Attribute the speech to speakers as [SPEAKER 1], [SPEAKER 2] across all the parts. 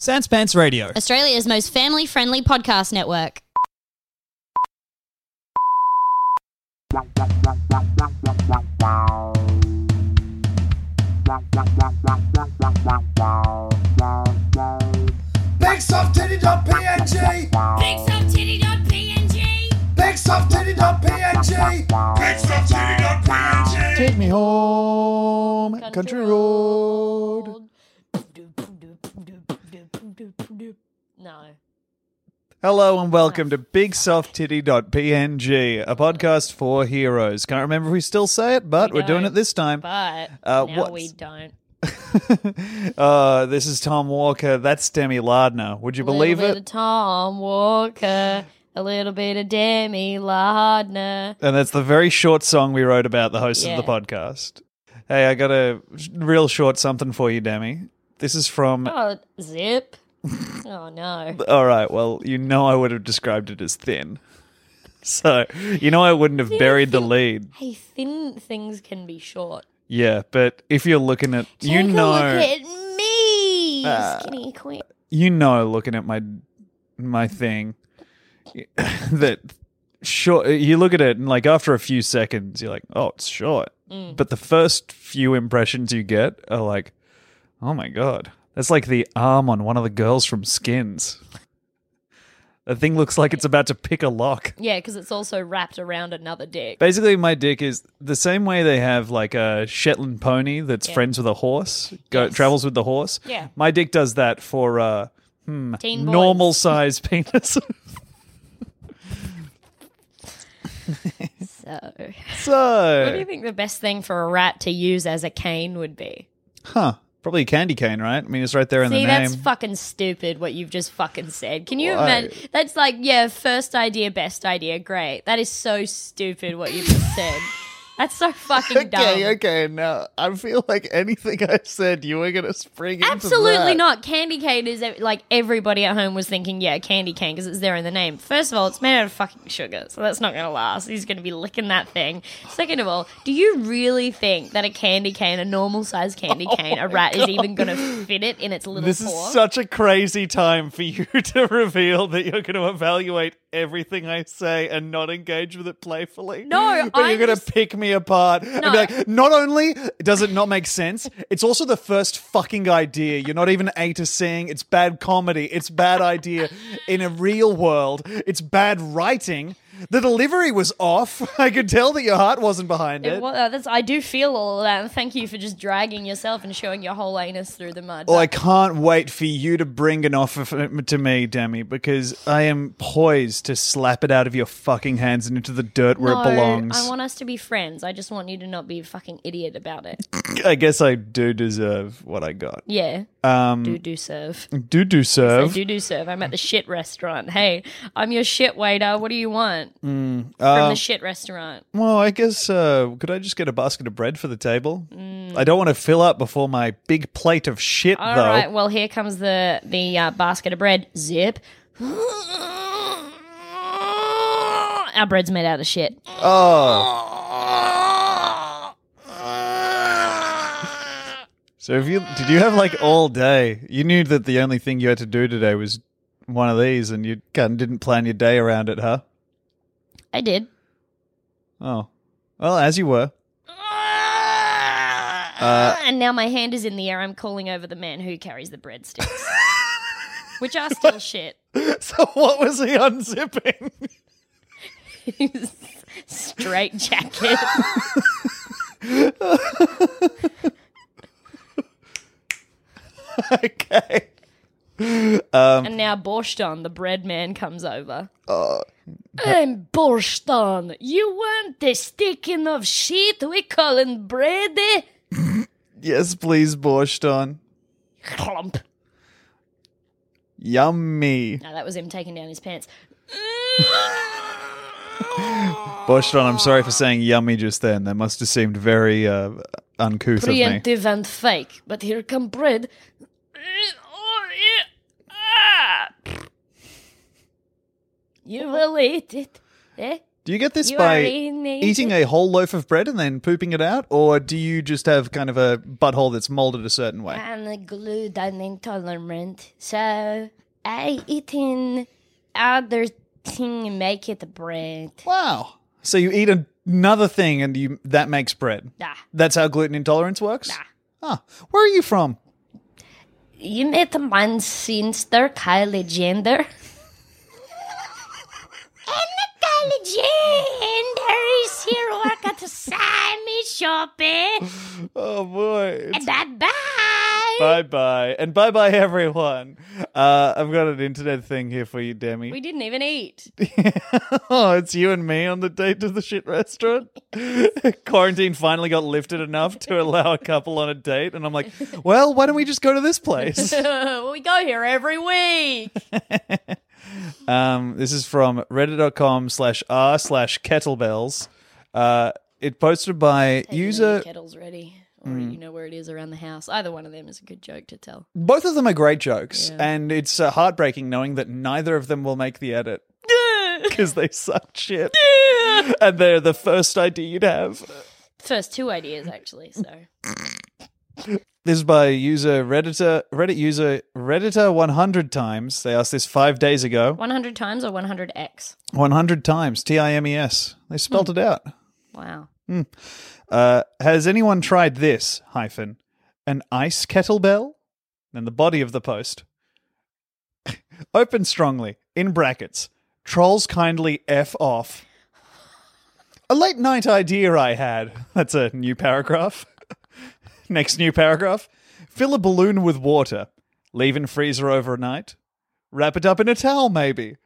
[SPEAKER 1] Sans Pants Radio.
[SPEAKER 2] Australia's most family friendly podcast network.
[SPEAKER 3] PNG.
[SPEAKER 4] PNG.
[SPEAKER 3] PNG. PNG. Take me home, country, road.
[SPEAKER 4] No.
[SPEAKER 1] Hello and welcome to BigSoftTitty.png, a podcast for heroes. Can't remember if we still say it, but
[SPEAKER 4] We
[SPEAKER 1] we are doing
[SPEAKER 4] don't,
[SPEAKER 1] it this time.
[SPEAKER 4] But
[SPEAKER 1] Uh,
[SPEAKER 4] now
[SPEAKER 1] what's-
[SPEAKER 4] we don't.
[SPEAKER 1] uh, this is Tom Walker. That's Demi Lardner. Would you believe
[SPEAKER 4] a little bit
[SPEAKER 1] it?
[SPEAKER 4] of Tom Walker, a little bit of Demi Lardner.
[SPEAKER 1] And that's the very short song we wrote about the host
[SPEAKER 4] Yeah.
[SPEAKER 1] of the podcast. Hey, I got a real short something for you, Demi. This is from.
[SPEAKER 4] Oh, zip. oh no.
[SPEAKER 1] All right, well, you know I would have described it as thin. So, you know I wouldn't have buried the lead.
[SPEAKER 4] Hey, thin things can be short.
[SPEAKER 1] Yeah, but if you're looking at.
[SPEAKER 4] Take
[SPEAKER 1] you
[SPEAKER 4] a
[SPEAKER 1] know. Uh,
[SPEAKER 4] look at me, skinny queen.
[SPEAKER 1] you know looking at my my thing that short you look at it and like after a few seconds you're like oh it's short
[SPEAKER 4] Mm.
[SPEAKER 1] but the first few impressions you get are like oh my god that's like the arm on one of the girls from skins the thing looks like it's about to pick a lock
[SPEAKER 4] Yeah, because it's also wrapped around another dick.
[SPEAKER 1] Basically, my dick is the same way they have like a Shetland pony that's
[SPEAKER 4] Yeah.
[SPEAKER 1] friends with a horse, go,
[SPEAKER 4] Yes.
[SPEAKER 1] travels with the horse.
[SPEAKER 4] Yeah.
[SPEAKER 1] my dick does that for uh, hmm,
[SPEAKER 4] Teen boys.
[SPEAKER 1] normal size penis.
[SPEAKER 4] So, what do
[SPEAKER 1] so,
[SPEAKER 4] you think the best thing for a rat to use as a cane would be?
[SPEAKER 1] huh? Probably a candy cane, right? I mean, it's right there in
[SPEAKER 4] See,
[SPEAKER 1] the
[SPEAKER 4] that's
[SPEAKER 1] name.
[SPEAKER 4] fucking stupid what you've just fucking said. Can you
[SPEAKER 1] Why?
[SPEAKER 4] imagine? That's like, yeah, first idea, best idea, great. That is so stupid what you've just said. That's so fucking dumb.
[SPEAKER 1] okay. Now I feel like anything I said, you were gonna spring.
[SPEAKER 4] Absolutely not. Candy cane is ev- like everybody at home was thinking, yeah, candy cane because it's there in the name. First of all, it's made out of fucking sugar, so that's not going to last. He's going to be licking that thing. Second of all, do you really think that a candy cane, a normal sized candy cane, a rat is even going to fit it in its little
[SPEAKER 1] Oh This
[SPEAKER 4] paw?
[SPEAKER 1] is such a crazy time for you to reveal that you're going to evaluate everything I say and not engage with it playfully.
[SPEAKER 4] No,
[SPEAKER 1] but
[SPEAKER 4] I'm
[SPEAKER 1] you're going to
[SPEAKER 4] just-
[SPEAKER 1] pick me apart and be
[SPEAKER 4] No.
[SPEAKER 1] like, not only does it not make sense, it's also the first fucking idea. You're not even A to seeing. It's bad comedy. It's bad idea in a real world. It's bad writing. The delivery was off. I could tell that your heart wasn't behind it.
[SPEAKER 4] It wa- uh, that's, I do feel all of that, and thank you for just dragging yourself and showing your whole anus through the mud.
[SPEAKER 1] Oh, I can't wait for you to bring an offer f to me, Demi, because I am poised to slap it out of your fucking hands and into the dirt where
[SPEAKER 4] No,
[SPEAKER 1] it belongs.
[SPEAKER 4] I want us to be friends. I just want you to not be a fucking idiot about it.
[SPEAKER 1] I guess I do deserve what I got.
[SPEAKER 4] Yeah.
[SPEAKER 1] Um,
[SPEAKER 4] do do serve.
[SPEAKER 1] do do serve.
[SPEAKER 4] I do do serve. I'm at the shit restaurant. Hey, I'm your shit waiter. What do you want
[SPEAKER 1] Mm, uh,
[SPEAKER 4] from the shit restaurant?
[SPEAKER 1] Well, I guess uh, could I just get a basket of bread for the table? I don't want to fill up before my big plate of shit,
[SPEAKER 4] Mm. All right.
[SPEAKER 1] though.
[SPEAKER 4] Well, here comes the the uh, basket of bread. Zip. Our bread's made out of shit.
[SPEAKER 1] Oh. So if you did you have like all day? You knew that the only thing you had to do today was one of these and you kind of didn't plan your day around it, huh?
[SPEAKER 4] I did.
[SPEAKER 1] Oh. Well, as you were.
[SPEAKER 4] Ah, and now my hand is in the air. I'm calling over the man who carries the breadsticks, which are still shit.
[SPEAKER 1] So what was he unzipping?
[SPEAKER 4] Straight jacket.
[SPEAKER 1] okay.
[SPEAKER 4] And now Borshton, the bread man, comes over. I'm Borshton. You want the sticking of shit we call in bread?
[SPEAKER 1] Yes, please, Borshton.
[SPEAKER 4] Clomp.
[SPEAKER 1] Yummy.
[SPEAKER 4] No, that was him taking down his pants.
[SPEAKER 1] Boshron, I'm sorry for saying yummy just then. That must have seemed very uh, uncouth of me.
[SPEAKER 4] Preemptive and fake, but here come bread. You will eat it, eh?
[SPEAKER 1] Do you get this
[SPEAKER 4] You
[SPEAKER 1] by
[SPEAKER 4] are in the-
[SPEAKER 1] eating a whole loaf of bread and then pooping it out? Or do you just have kind of a butthole that's molded a certain way?
[SPEAKER 4] I'm gluten intolerant, so I eating other thing and make it bread.
[SPEAKER 1] Wow. So you eat an- another thing and you that makes bread.
[SPEAKER 4] Nah.
[SPEAKER 1] That's how gluten intolerance works? Huh. Where are you from?
[SPEAKER 4] You met a man since their Kylie gender. and the Kylie gender is here work at the Sammy shop, eh?
[SPEAKER 1] Oh, boy.
[SPEAKER 4] Bye bye.
[SPEAKER 1] Bye bye. And bye bye, everyone. Uh, I've got an internet thing here for you, Demi.
[SPEAKER 4] We didn't even eat.
[SPEAKER 1] oh, it's you and me on the date to the shit restaurant. Quarantine finally got lifted enough to allow a couple on a date, and I'm like, well, why don't we just go to this place?
[SPEAKER 4] we go here every week.
[SPEAKER 1] Um, this is from reddit.com slash r slash kettlebells. Uh, it posted by user.
[SPEAKER 4] kettle's ready. Or you know where it is around the house. Either one of them is a good joke to tell.
[SPEAKER 1] Both of them are great jokes, and it's uh, heartbreaking knowing that neither of them will make the edit because they suck shit. and they're the first idea you'd have.
[SPEAKER 4] First two ideas actually, so
[SPEAKER 1] This is by user Redditor, Reddit user Redditor 100 times. They asked this five days ago.
[SPEAKER 4] one hundred times or one hundred X.
[SPEAKER 1] 100 times, T I M E S. They spelled it out.
[SPEAKER 4] Wow.
[SPEAKER 1] Uh, has anyone tried this hyphen? An ice kettlebell? Then the body of the post. Open strongly, in brackets. Trolls kindly F off. A late night idea I had. That's a new paragraph. Next new paragraph. Fill a balloon with water. Leave in freezer overnight. Wrap it up in a towel, maybe.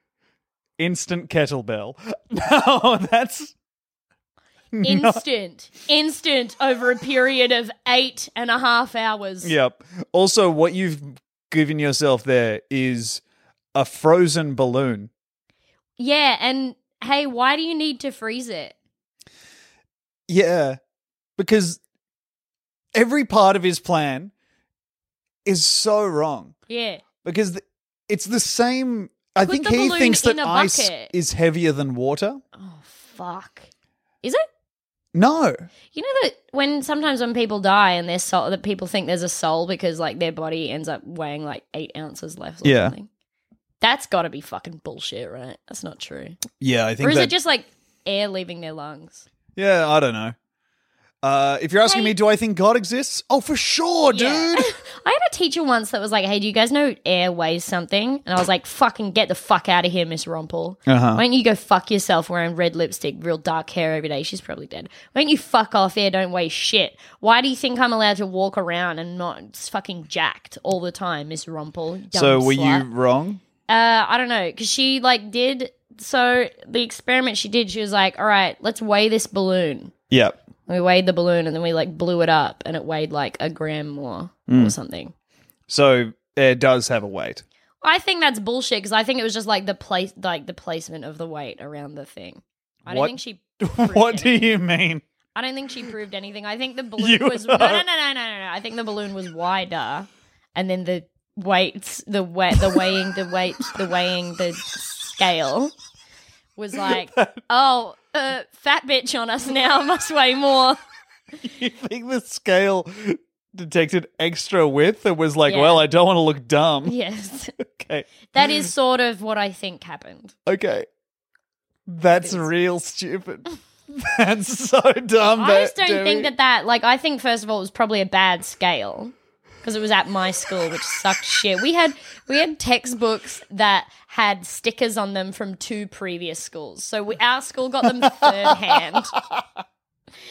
[SPEAKER 1] Instant kettlebell. No, that's
[SPEAKER 4] Instant. Instant over a period of eight and a half hours.
[SPEAKER 1] Yep. Also, what you've given yourself there is a frozen balloon.
[SPEAKER 4] Yeah, and hey, why do you need to freeze it?
[SPEAKER 1] Yeah. Because every part of his plan is so wrong.
[SPEAKER 4] Yeah.
[SPEAKER 1] Because th- it's the same. I
[SPEAKER 4] Put
[SPEAKER 1] think
[SPEAKER 4] the
[SPEAKER 1] he
[SPEAKER 4] balloon
[SPEAKER 1] thinks that
[SPEAKER 4] in a
[SPEAKER 1] ice
[SPEAKER 4] bucket.
[SPEAKER 1] is heavier than water.
[SPEAKER 4] Oh fuck. Is it?
[SPEAKER 1] No.
[SPEAKER 4] You know that when sometimes when people die and their soul that people think there's a soul because like their body ends up weighing like eight ounces less or
[SPEAKER 1] Yeah.
[SPEAKER 4] something. That's gotta be fucking bullshit, right? That's not true.
[SPEAKER 1] Yeah, I think.
[SPEAKER 4] Or is
[SPEAKER 1] that-
[SPEAKER 4] it just like air leaving their lungs?
[SPEAKER 1] yeah, I don't know. Uh, if you're asking
[SPEAKER 4] Hey.
[SPEAKER 1] me, do I think God exists? Oh, for sure,
[SPEAKER 4] Yeah.
[SPEAKER 1] dude.
[SPEAKER 4] I had a teacher once that was like, "Hey, do you guys know air weighs something?" And I was like, "Fucking get the fuck out of here, Miss Rumpel!
[SPEAKER 1] Uh-huh.
[SPEAKER 4] Why don't you go fuck yourself wearing red lipstick, real dark hair every day? She's probably dead. Why don't you fuck off? Air don't weigh shit. Why do you think I'm allowed to walk around and not fucking jacked all the time, Miss Rumpel? you dumb
[SPEAKER 1] so, were you
[SPEAKER 4] slut?"
[SPEAKER 1] wrong?
[SPEAKER 4] Uh, I don't know, because she like did. So the experiment she did, she was like, "All right, let's weigh this balloon."
[SPEAKER 1] Yep.
[SPEAKER 4] We weighed the balloon and then we like blew it up and it weighed like a gram more
[SPEAKER 1] Hmm.
[SPEAKER 4] or something.
[SPEAKER 1] So, it does have a weight.
[SPEAKER 4] I think that's bullshit because I think it was just like the place, like the placement of the weight around the thing.
[SPEAKER 1] What-
[SPEAKER 4] I don't think she. proved
[SPEAKER 1] what do
[SPEAKER 4] anything.
[SPEAKER 1] you mean?
[SPEAKER 4] I don't think she proved anything. I think the balloon
[SPEAKER 1] You
[SPEAKER 4] was no, no,
[SPEAKER 1] are-
[SPEAKER 4] no, no, no, no, no. I think the balloon was wider, and then the weights, the weight, the weighing, the weight, the weighing, the scale was like, oh, uh, fat bitch on us now must weigh more.
[SPEAKER 1] you think the scale detected extra width and was like,
[SPEAKER 4] Yeah.
[SPEAKER 1] well, I don't want to look dumb.
[SPEAKER 4] Yes,
[SPEAKER 1] Okay.
[SPEAKER 4] that is sort of what I think happened.
[SPEAKER 1] Okay. That's real stupid. That's so dumb.
[SPEAKER 4] I just don't think that that like I think first of all it was probably a bad scale because it was at my school which sucked shit. We had we had textbooks that had stickers on them from two previous schools. So we, our school got them third hand.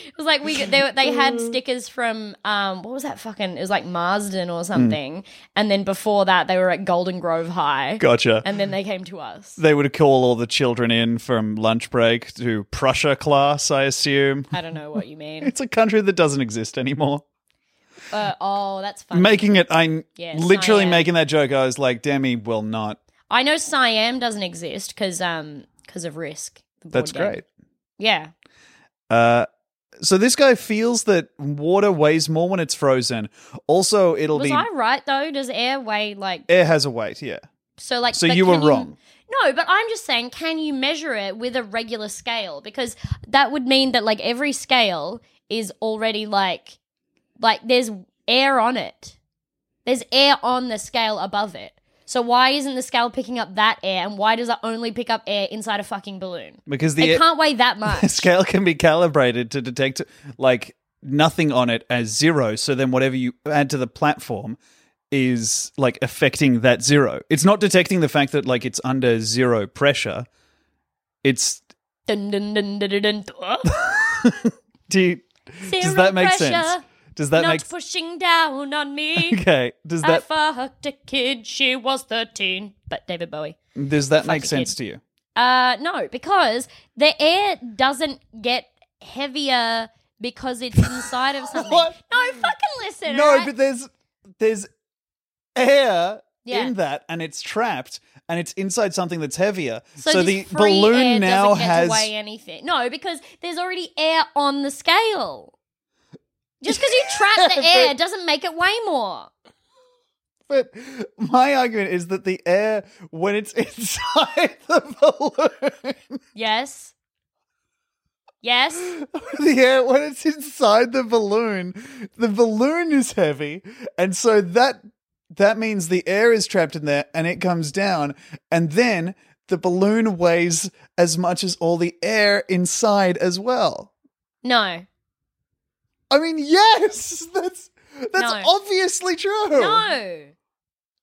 [SPEAKER 4] It was like we they, they had stickers from um what was that fucking it was like Marsden or
[SPEAKER 1] Hmm.
[SPEAKER 4] something and then before that they were at Golden Grove High
[SPEAKER 1] Gotcha.
[SPEAKER 4] and then they came to us.
[SPEAKER 1] they would call all the children in from lunch break to Prussia class, I assume.
[SPEAKER 4] I don't know what you mean.
[SPEAKER 1] It's a country that doesn't exist anymore.
[SPEAKER 4] Uh, oh, that's funny.
[SPEAKER 1] making it. I
[SPEAKER 4] Yeah,
[SPEAKER 1] literally
[SPEAKER 4] Cyan.
[SPEAKER 1] making that joke. I was like, Demi will not.
[SPEAKER 4] I know Siam doesn't exist because um because of Risk. the board
[SPEAKER 1] That's
[SPEAKER 4] game.
[SPEAKER 1] great.
[SPEAKER 4] Yeah.
[SPEAKER 1] Uh, so this guy feels that water weighs more when it's frozen. Also, it'll
[SPEAKER 4] Was
[SPEAKER 1] be
[SPEAKER 4] I right though? Does air weigh like
[SPEAKER 1] air has a weight. Yeah.
[SPEAKER 4] so? Like
[SPEAKER 1] So
[SPEAKER 4] but
[SPEAKER 1] you were
[SPEAKER 4] can
[SPEAKER 1] wrong.
[SPEAKER 4] No, but I'm just saying, can you measure it with a regular scale? Because that would mean that like every scale is already like like there's air on it. There's air on the scale above it. So why isn't the scale picking up that air and why does it only pick up air inside a fucking balloon?
[SPEAKER 1] because
[SPEAKER 4] It
[SPEAKER 1] the
[SPEAKER 4] can't weigh that
[SPEAKER 1] the
[SPEAKER 4] much.
[SPEAKER 1] scale can be calibrated to detect like nothing on it as zero. So then whatever you add to the platform is like affecting that zero. It's not detecting the fact that like it's under zero pressure. It's
[SPEAKER 4] Dun, dun, dun, dun, dun, dun.
[SPEAKER 1] do you, does
[SPEAKER 4] Zero
[SPEAKER 1] that make sense?
[SPEAKER 4] pressure,
[SPEAKER 1] Does that
[SPEAKER 4] Not
[SPEAKER 1] make
[SPEAKER 4] pushing down on me.
[SPEAKER 1] okay? Does that
[SPEAKER 4] I fucked a kid, she was 13. But David Bowie.
[SPEAKER 1] does that make
[SPEAKER 4] fucking
[SPEAKER 1] sense
[SPEAKER 4] kid.
[SPEAKER 1] to you?
[SPEAKER 4] Uh, no, because the air doesn't get heavier because it's inside of something.
[SPEAKER 1] What?
[SPEAKER 4] No, fucking listen.
[SPEAKER 1] No,
[SPEAKER 4] alright?
[SPEAKER 1] but there's there's air
[SPEAKER 4] Yeah.
[SPEAKER 1] in that, and it's trapped, and it's inside something that's heavier. So,
[SPEAKER 4] this
[SPEAKER 1] the
[SPEAKER 4] free
[SPEAKER 1] balloon
[SPEAKER 4] air
[SPEAKER 1] now
[SPEAKER 4] doesn't get
[SPEAKER 1] has
[SPEAKER 4] to weigh anything. No, because there's already air on the scale. Just because you trap the air doesn't make it weigh more.
[SPEAKER 1] But my argument is that the air, when it's inside the balloon,
[SPEAKER 4] Yes. Yes.
[SPEAKER 1] the air, when it's inside the balloon, the balloon is heavy, and so that that means the air is trapped in there, and it comes down, and then the balloon weighs as much as all the air inside as well.
[SPEAKER 4] No.
[SPEAKER 1] I mean, yes, that's that's
[SPEAKER 4] No.
[SPEAKER 1] obviously true.
[SPEAKER 4] No.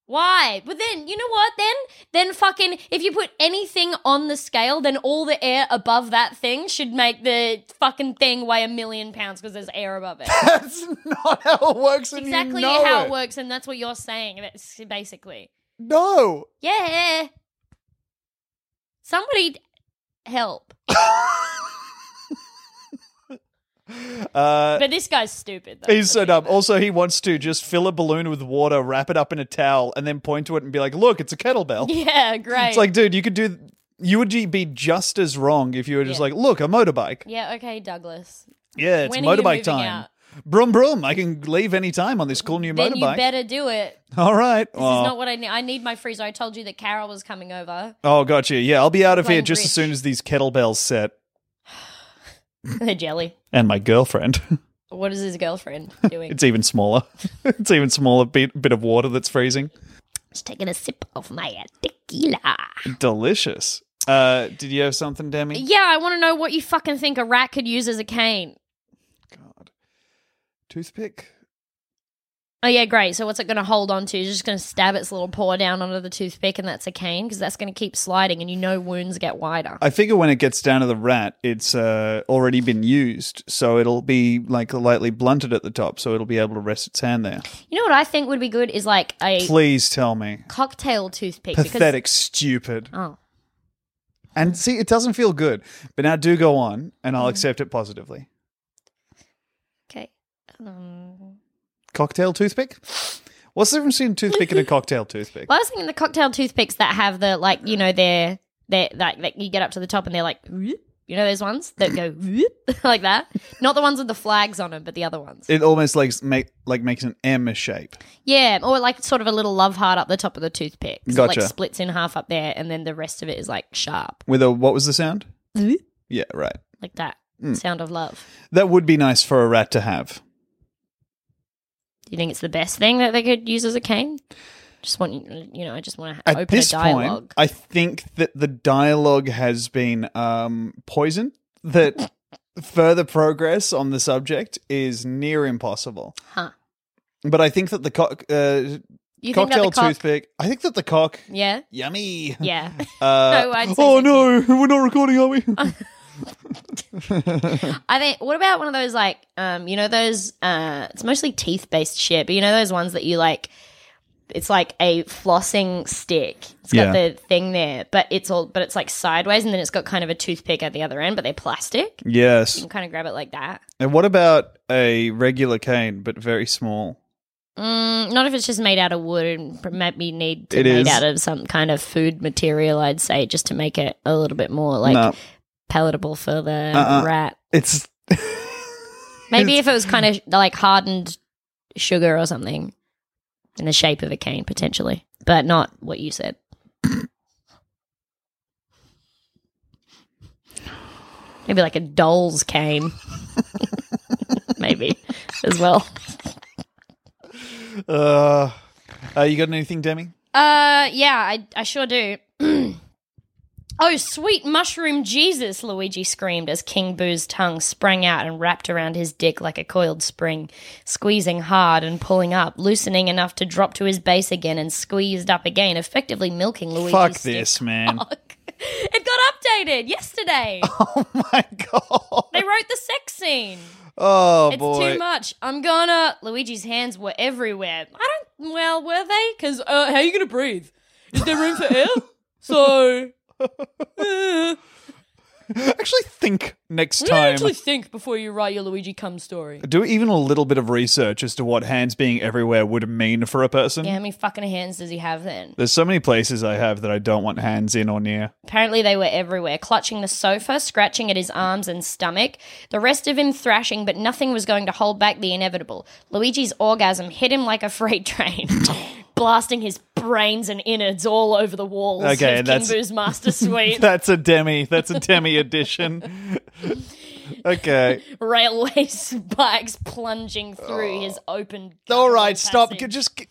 [SPEAKER 4] Why? But then, you know what? Then, then fucking, if you put anything on the scale, then all the air above that thing should make the fucking thing weigh a million pounds because there's air above it.
[SPEAKER 1] That's not how it works. and you
[SPEAKER 4] exactly
[SPEAKER 1] know
[SPEAKER 4] how it works, and that's what you're saying. That's basically,
[SPEAKER 1] No,
[SPEAKER 4] yeah. Somebody help.
[SPEAKER 1] uh,
[SPEAKER 4] But this guy's stupid. Though.
[SPEAKER 1] He's so dumb. Also, he wants to just fill a balloon with water, wrap it up in a towel, and then point to it and be like, "Look, it's a kettlebell."
[SPEAKER 4] Yeah, great.
[SPEAKER 1] It's like, dude, you could do. You would be just as wrong if you were just
[SPEAKER 4] Yeah.
[SPEAKER 1] like, "Look, a motorbike."
[SPEAKER 4] yeah, okay, Douglas.
[SPEAKER 1] Yeah, it's
[SPEAKER 4] When are you
[SPEAKER 1] motorbike
[SPEAKER 4] moving
[SPEAKER 1] time.
[SPEAKER 4] out?
[SPEAKER 1] Brum brum! I can leave any time on this cool new
[SPEAKER 4] Then
[SPEAKER 1] motorbike.
[SPEAKER 4] you better do it.
[SPEAKER 1] All right.
[SPEAKER 4] This
[SPEAKER 1] oh,
[SPEAKER 4] is not what I need. I need my freezer. I told you that Carol was coming over.
[SPEAKER 1] oh, gotcha. Yeah, I'll be out of here
[SPEAKER 4] Playing
[SPEAKER 1] just as
[SPEAKER 4] bridge.
[SPEAKER 1] soon as these kettlebells set.
[SPEAKER 4] the jelly.
[SPEAKER 1] And my girlfriend.
[SPEAKER 4] What is his girlfriend doing?
[SPEAKER 1] it's even smaller. it's even smaller bit bit of water that's freezing.
[SPEAKER 4] Just taking a sip of my uh, tequila.
[SPEAKER 1] Delicious. Uh, did you have something, Demi?
[SPEAKER 4] Yeah, I want to know what you fucking think a rat could use as a cane.
[SPEAKER 1] God. Toothpick.
[SPEAKER 4] Oh yeah, great. So what's it going to hold on to? It's just going to stab its little paw down onto the toothpick, and that's a cane because that's going to keep sliding, and you know wounds get wider.
[SPEAKER 1] I figure when it gets down to the rat, it's uh, already been used, so it'll be like lightly blunted at the top, so it'll be able to rest its hand there.
[SPEAKER 4] You know what I think would be good is like a
[SPEAKER 1] Please tell me.
[SPEAKER 4] cocktail toothpick.
[SPEAKER 1] Pathetic, stupid.
[SPEAKER 4] Because, oh,
[SPEAKER 1] And see, it doesn't feel good. But now do go on, and I'll accept it positively.
[SPEAKER 4] okay. Um,
[SPEAKER 1] Cocktail toothpick? What's the difference between toothpick and a cocktail toothpick?
[SPEAKER 4] Well, I was thinking the cocktail toothpicks that have the like, you know, they're they're like that you get up to the top and they're like, whoop. you know, those ones that go whoop, like that. Not the ones with the flags on them, but the other ones.
[SPEAKER 1] It almost like make like makes an M shape.
[SPEAKER 4] Yeah, or like sort of a little love heart up the top of the toothpick. So It,
[SPEAKER 1] Gotcha.
[SPEAKER 4] like splits in half up there, and then the rest of it is like sharp,
[SPEAKER 1] With a what was the sound?
[SPEAKER 4] Whoop.
[SPEAKER 1] Yeah, right.
[SPEAKER 4] like that
[SPEAKER 1] Hmm.
[SPEAKER 4] sound of love.
[SPEAKER 1] That would be nice for a rat to have.
[SPEAKER 4] Do you think it's the best thing that they could use as a cane? Just want you know, I just want to
[SPEAKER 1] at
[SPEAKER 4] open
[SPEAKER 1] this
[SPEAKER 4] a dialogue.
[SPEAKER 1] point, I think that the dialogue has been um, poisoned. That further progress on the subject is near impossible.
[SPEAKER 4] Huh.
[SPEAKER 1] But I think that the cock, uh,
[SPEAKER 4] you think that
[SPEAKER 1] cocktail
[SPEAKER 4] the cock?
[SPEAKER 1] toothpick. I think that the cock.
[SPEAKER 4] Yeah,
[SPEAKER 1] Yummy.
[SPEAKER 4] yeah.
[SPEAKER 1] Uh,
[SPEAKER 4] No, I'd say
[SPEAKER 1] oh
[SPEAKER 4] that
[SPEAKER 1] no, we're not recording, are we?
[SPEAKER 4] I think. What about one of those like, um, you know, those? Uh, it's mostly teeth based shit, but you know those ones that you like. it's like a flossing stick. It's got
[SPEAKER 1] Yeah.
[SPEAKER 4] the thing there, but it's all but it's like sideways, and then it's got kind of a toothpick at the other end, but they're plastic. You
[SPEAKER 1] Yes.
[SPEAKER 4] can kind of grab it like that.
[SPEAKER 1] And what about a regular cane but very small?
[SPEAKER 4] Mm, not if it's just made out of wood and pr- maybe need to
[SPEAKER 1] It
[SPEAKER 4] made
[SPEAKER 1] is.
[SPEAKER 4] out of some kind of food material. I'd say just to make it a little bit more like
[SPEAKER 1] No.
[SPEAKER 4] palatable for the
[SPEAKER 1] Uh-uh.
[SPEAKER 4] rat.
[SPEAKER 1] It's
[SPEAKER 4] Maybe if it was kind of like hardened sugar or something in the shape of a cane, potentially, but not what you said. Maybe like a doll's cane. Maybe as well.
[SPEAKER 1] uh, uh you got anything, Demi?
[SPEAKER 4] Uh, yeah, I, I sure do. oh, sweet mushroom Jesus, Luigi screamed as King Boo's tongue sprang out and wrapped around his dick like a coiled spring, squeezing hard and pulling up, loosening enough to drop to his base again and squeezed up again, effectively milking Luigi's
[SPEAKER 1] Fuck
[SPEAKER 4] stiff
[SPEAKER 1] this, man.
[SPEAKER 4] cock. It got updated yesterday.
[SPEAKER 1] My God.
[SPEAKER 4] they wrote the sex scene.
[SPEAKER 1] Oh
[SPEAKER 4] It's
[SPEAKER 1] boy.
[SPEAKER 4] too much. I'm gonna. Luigi's hands were everywhere. I don't. Well, were they? Because uh, how are you gonna breathe? Is there room for air? So uh,
[SPEAKER 1] Actually, think next
[SPEAKER 5] You
[SPEAKER 1] time.
[SPEAKER 5] actually think before you write your Luigi cum story.
[SPEAKER 1] Do even a little bit of research as to what hands being everywhere would mean for a person.
[SPEAKER 4] yeah, how many fucking hands does he have then?
[SPEAKER 1] There's so many places I have that I don't want hands in or near.
[SPEAKER 4] Apparently, they were everywhere, clutching the sofa, scratching at his arms and stomach, the rest of him thrashing, but nothing was going to hold back the inevitable. Luigi's orgasm hit him like a freight train, blasting his brains and innards all over the walls
[SPEAKER 1] Okay,
[SPEAKER 4] of
[SPEAKER 1] that's-
[SPEAKER 4] Kimbu's master suite.
[SPEAKER 1] That's a demi. That's a demi edition. okay.
[SPEAKER 4] railway spikes plunging through his open.
[SPEAKER 1] All right. Stop.
[SPEAKER 4] passage.
[SPEAKER 1] Just g-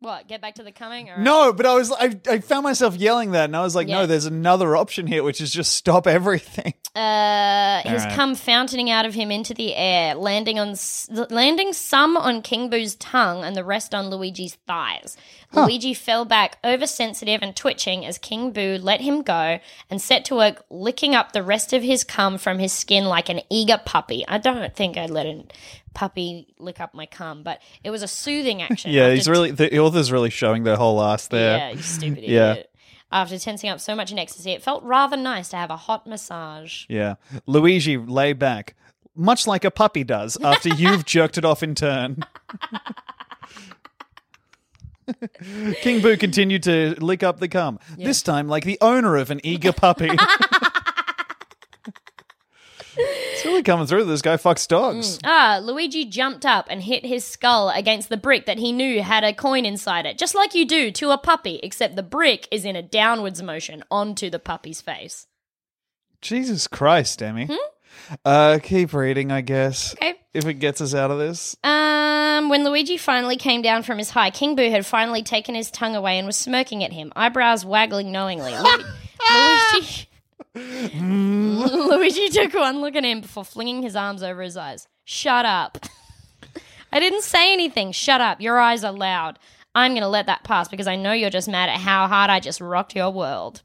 [SPEAKER 4] what? Get back to the coming. All right.
[SPEAKER 1] no. But I was. I, I found myself yelling that, and I was like,
[SPEAKER 4] Yeah.
[SPEAKER 1] no. There's another option here, which is just stop everything.
[SPEAKER 4] Uh, his
[SPEAKER 1] right.
[SPEAKER 4] cum fountaining out of him into the air, landing on s- landing some on King Boo's tongue and the rest on Luigi's thighs. Luigi fell back, oversensitive and twitching, as King Boo let him go and set to work licking up the rest of his cum from his skin like an eager puppy. I don't think I'd let a puppy lick up my cum, but it was a soothing action.
[SPEAKER 1] Yeah.
[SPEAKER 4] after
[SPEAKER 1] He's really. The author's really showing their whole ass there.
[SPEAKER 4] Yeah, you stupid
[SPEAKER 1] Yeah.
[SPEAKER 4] idiot. After tensing up so much in ecstasy, it felt rather nice to have a hot massage.
[SPEAKER 1] Yeah. Luigi lay back, much like a puppy does after you've jerked it off in turn. King Boo continued to lick up the cum, this time like the owner of an eager puppy. it's really coming through. that This guy fucks dogs.
[SPEAKER 4] Ah, Luigi jumped up and hit his skull against the brick that he knew had a coin inside it, just like you do to a puppy, except the brick is in a downwards motion onto the puppy's face.
[SPEAKER 1] Jesus Christ, Emmy. Uh, keep reading, I guess.
[SPEAKER 4] Hmm? Okay.
[SPEAKER 1] If it gets us out of this.
[SPEAKER 4] Um, when Luigi finally came down from his high, King Boo had finally taken his tongue away and was smirking at him, eyebrows waggling knowingly. Lu- Luigi. Luigi took one look at him before flinging his arms over his eyes. Shut up. I didn't say anything. Shut up. Your eyes are loud. I'm going to let that pass because I know you're just mad at how hard I just rocked your world.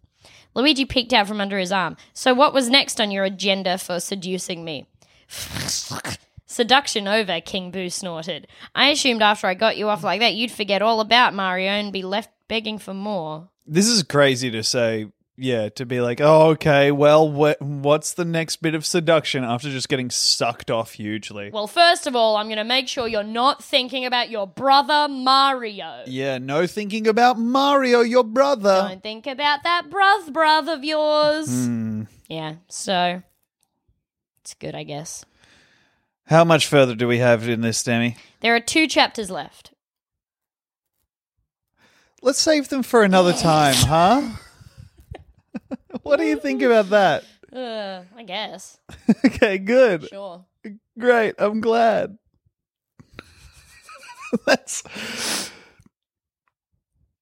[SPEAKER 4] Luigi peeked out from under his arm. So, what was next on your agenda for seducing me? Seduction over, King Boo snorted. I assumed after I got you off like that, you'd forget all about Mario and be left begging for more.
[SPEAKER 1] this is crazy to say yeah to be like oh okay well wh- what's the next bit of seduction after just getting sucked off hugely
[SPEAKER 4] Well, first of all, I'm going to make sure you're not thinking about your brother Mario.
[SPEAKER 1] yeah no thinking about mario your brother
[SPEAKER 4] Don't think about that bruv bruv of yours.
[SPEAKER 1] Hmm.
[SPEAKER 4] Yeah, so it's good, I guess.
[SPEAKER 1] how much further do we have in this demi
[SPEAKER 4] There are two chapters left.
[SPEAKER 1] let's save them for another time huh what do you think about that
[SPEAKER 4] Uh, I guess.
[SPEAKER 1] okay good
[SPEAKER 4] Sure.
[SPEAKER 1] great i'm glad that's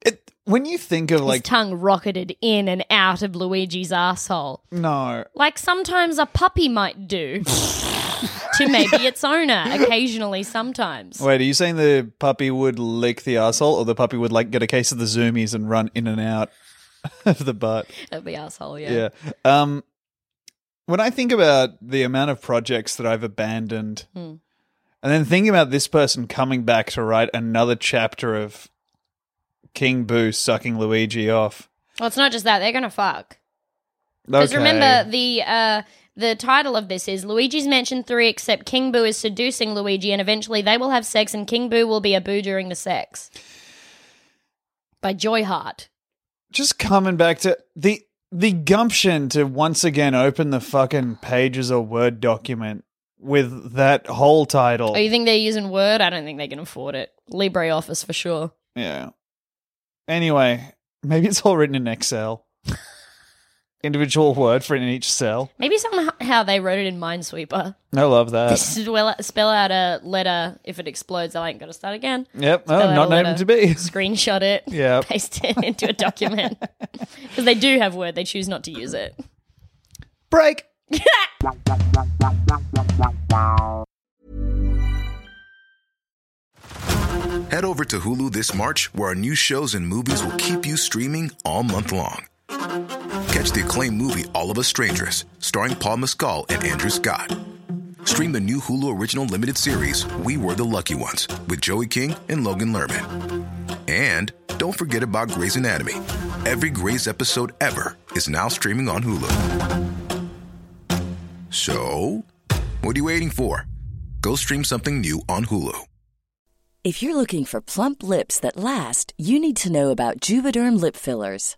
[SPEAKER 1] it when you think of like
[SPEAKER 4] His tongue rocketed in and out of Luigi's asshole.
[SPEAKER 1] no
[SPEAKER 4] like sometimes a puppy might do to maybe its owner occasionally sometimes
[SPEAKER 1] Wait, are you saying the puppy would lick the asshole, or the puppy would like get a case of the zoomies and run in and out of the butt?
[SPEAKER 4] that'd be asshole yeah,
[SPEAKER 1] Yeah. Um, when I think about the amount of projects that I've abandoned,
[SPEAKER 4] Hmm.
[SPEAKER 1] and then thinking about this person coming back to write another chapter of King Boo sucking Luigi off.
[SPEAKER 4] Well, it's not just that they're gonna fuck. Because
[SPEAKER 1] Okay.
[SPEAKER 4] remember the uh, the title of this is Luigi's Mansion Three, except King Boo is seducing Luigi, and eventually they will have sex, and King Boo will be a boo during the sex. By Joy Hart.
[SPEAKER 1] just coming back to the the gumption to once again open the fucking pages or word document with that whole title.
[SPEAKER 4] Oh, you think they're using Word? I don't think they can afford it. LibreOffice for sure.
[SPEAKER 1] yeah. Anyway, maybe it's all written in Excel. Individual word for in each cell.
[SPEAKER 4] Maybe somehow they wrote it in Minesweeper.
[SPEAKER 1] I love that.
[SPEAKER 4] Spell, spell out a letter. If it explodes, I ain't got to start again.
[SPEAKER 1] yep. Oh,
[SPEAKER 4] Spell out
[SPEAKER 1] not
[SPEAKER 4] a
[SPEAKER 1] named
[SPEAKER 4] letter.
[SPEAKER 1] to be.
[SPEAKER 4] Screenshot it.
[SPEAKER 1] Yep.
[SPEAKER 4] Paste it into a document. Because they do have Word. They choose not to use it.
[SPEAKER 1] Break.
[SPEAKER 6] Head over to Hulu this March, where our new shows and movies will keep you streaming all month long. Catch the acclaimed movie All of Us Strangers, starring Paul Mescal and Andrew Scott. Stream the new Hulu original limited series We Were the Lucky Ones with Joey King and Logan Lerman. And don't forget about Grey's Anatomy. Every Grey's episode ever is now streaming on Hulu. So, what are you waiting for? Go stream something new on Hulu.
[SPEAKER 7] If you're looking for plump lips that last, you need to know about Juvederm lip fillers.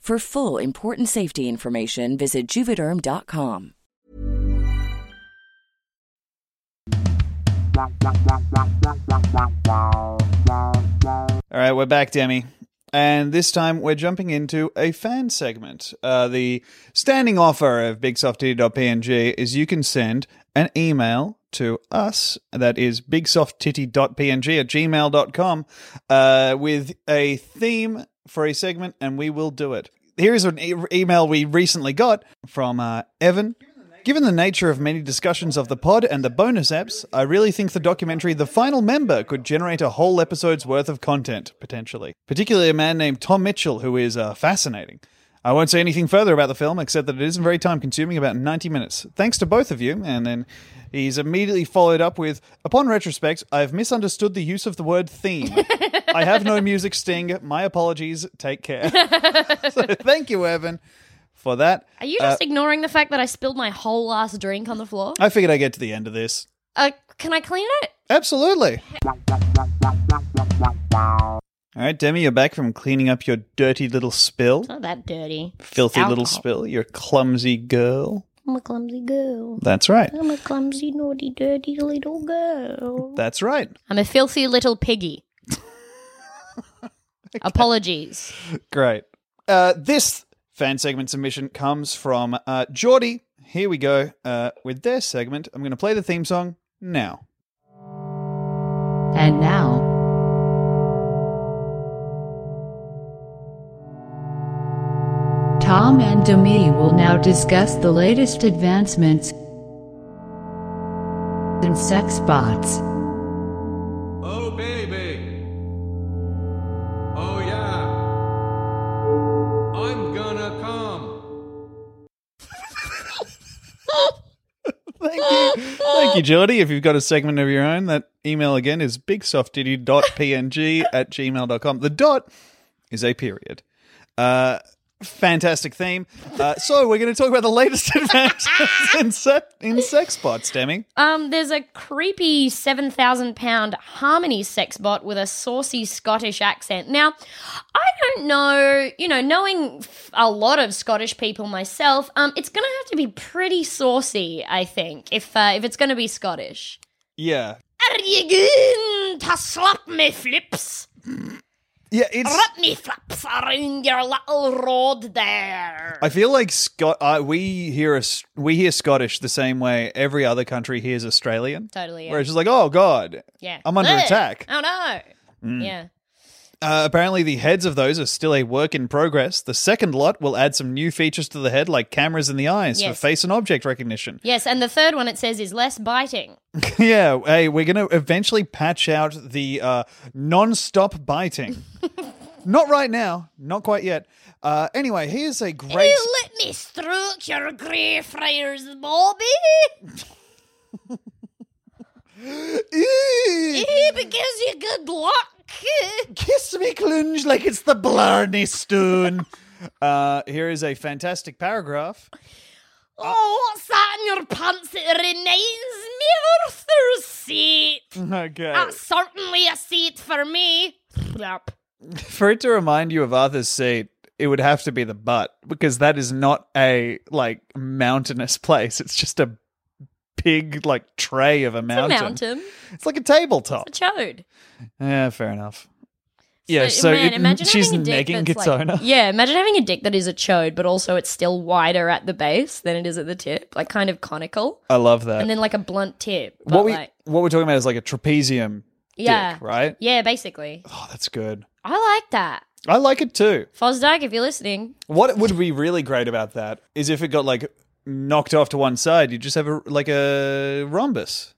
[SPEAKER 7] For full important safety information, visit juvederm.com.
[SPEAKER 1] All right, we're back, Demi. And this time we're jumping into a fan segment. Uh, the standing offer of bigsoftitty.png is you can send an email to us, that is bigsofttitty.png at gmail.com, uh, with a theme for a segment, and we will do it. Here is an e- email we recently got from uh, Evan. Given the nature of many discussions of the pod and the bonus apps, I really think the documentary The Final Member could generate a whole episode's worth of content, potentially. Particularly a man named Tom Mitchell, who is uh, fascinating. I won't say anything further about the film, except that it isn't very time consuming, about 90 minutes. Thanks to both of you. And then he's immediately followed up with Upon retrospect, I've misunderstood the use of the word theme. I have no music sting. My apologies. Take care. so thank you, Evan, for that. Uh,
[SPEAKER 4] Are you just ignoring the fact that I spilled my whole last drink on the floor?
[SPEAKER 1] I figured I'd get to the end of this.
[SPEAKER 4] Uh, can I clean it?
[SPEAKER 1] Absolutely. All right, Demi, you're back from cleaning up your dirty little spill.
[SPEAKER 4] Not that dirty.
[SPEAKER 1] Filthy little
[SPEAKER 4] alcohol.
[SPEAKER 1] spill. You're a clumsy girl.
[SPEAKER 4] I'm a clumsy girl.
[SPEAKER 1] That's right.
[SPEAKER 4] I'm a clumsy, naughty, dirty little girl.
[SPEAKER 1] That's right.
[SPEAKER 4] I'm a filthy little piggy. Apologies.
[SPEAKER 1] Great. Uh, this fan segment submission comes from uh, Geordie. Here we go uh, with their segment. I'm going to play the theme song now.
[SPEAKER 8] And now, Tom and Demi will now discuss the latest advancements in sex bots.
[SPEAKER 9] Oh, baby. Oh, yeah. I'm gonna come.
[SPEAKER 1] Thank you. Thank you, Geordie. If you've got a segment of your own, that email again is bigsoftdiddy.png at gmail.com. The dot is a period. Uh, fantastic theme. Uh, so we're going to talk about the latest advances in, se- in sex bots, Demi.
[SPEAKER 4] Um, there's a creepy 7,000 pound harmony sex bot with a saucy Scottish accent. Now, I don't don't know, you know, knowing f- a lot of Scottish people myself, um, it's going to have to be pretty saucy, I think, if uh, if it's going to be Scottish.
[SPEAKER 1] Yeah.
[SPEAKER 4] Are you going to slap me flips?
[SPEAKER 1] Yeah, it's.
[SPEAKER 4] Wrap me flaps around your little rod there.
[SPEAKER 1] I feel like Scot. Uh, we hear us. We hear Scottish the same way every other country hears Australian.
[SPEAKER 4] Totally, yeah.
[SPEAKER 1] Where it's just like, oh god,
[SPEAKER 4] yeah.
[SPEAKER 1] I'm under
[SPEAKER 4] Ugh.
[SPEAKER 1] attack. Mm.
[SPEAKER 4] Oh no. Yeah.
[SPEAKER 1] Uh, apparently, the heads of those are still a work in progress. The second lot will add some new features to the head, like cameras in the eyes for
[SPEAKER 4] Yes.
[SPEAKER 1] face and object recognition.
[SPEAKER 4] Yes, and the third one it says is less biting.
[SPEAKER 1] yeah, hey, we're going to eventually patch out the uh, non stop biting. not right now, not quite yet. Uh, anyway, here's a great.
[SPEAKER 4] You let me stroke your grey friars, Bobby.
[SPEAKER 1] Ew,
[SPEAKER 4] He gives eh, you good luck.
[SPEAKER 1] Kiss me, clunge, like it's the Blarney Stone. uh, here is a fantastic paragraph.
[SPEAKER 4] Oh, what's that in your pants that reminds me of Arthur's seat?
[SPEAKER 1] Okay.
[SPEAKER 4] That's certainly a seat for me. Flap.
[SPEAKER 1] for it to remind you of Arthur's seat, it would have to be the butt because that is not a like mountainous place. It's just a big like tray of a mountain. It's,
[SPEAKER 4] Mountain.
[SPEAKER 1] like a tabletop.
[SPEAKER 4] Chode.
[SPEAKER 1] yeah, fair enough. yeah,
[SPEAKER 4] So,
[SPEAKER 1] so
[SPEAKER 4] man,
[SPEAKER 1] it-
[SPEAKER 4] imagine
[SPEAKER 1] she's
[SPEAKER 4] having a dick
[SPEAKER 1] negging
[SPEAKER 4] that's
[SPEAKER 1] its
[SPEAKER 4] like-
[SPEAKER 1] owner.
[SPEAKER 4] Yeah, imagine having a dick that is a chode, but also it's still wider at the base than it is at the tip, like kind of conical,
[SPEAKER 1] I love that.
[SPEAKER 4] and then like a blunt tip. But
[SPEAKER 1] Uh, what we
[SPEAKER 4] like,
[SPEAKER 1] what we're talking about is like a trapezium
[SPEAKER 4] yeah,
[SPEAKER 1] dick, right?
[SPEAKER 4] yeah, basically.
[SPEAKER 1] Oh, that's good.
[SPEAKER 4] I like that.
[SPEAKER 1] I like it too.
[SPEAKER 4] Fosdyke, if you're listening,
[SPEAKER 1] What would be really great about that is if it got like knocked off to one side, you just have a like a rhombus.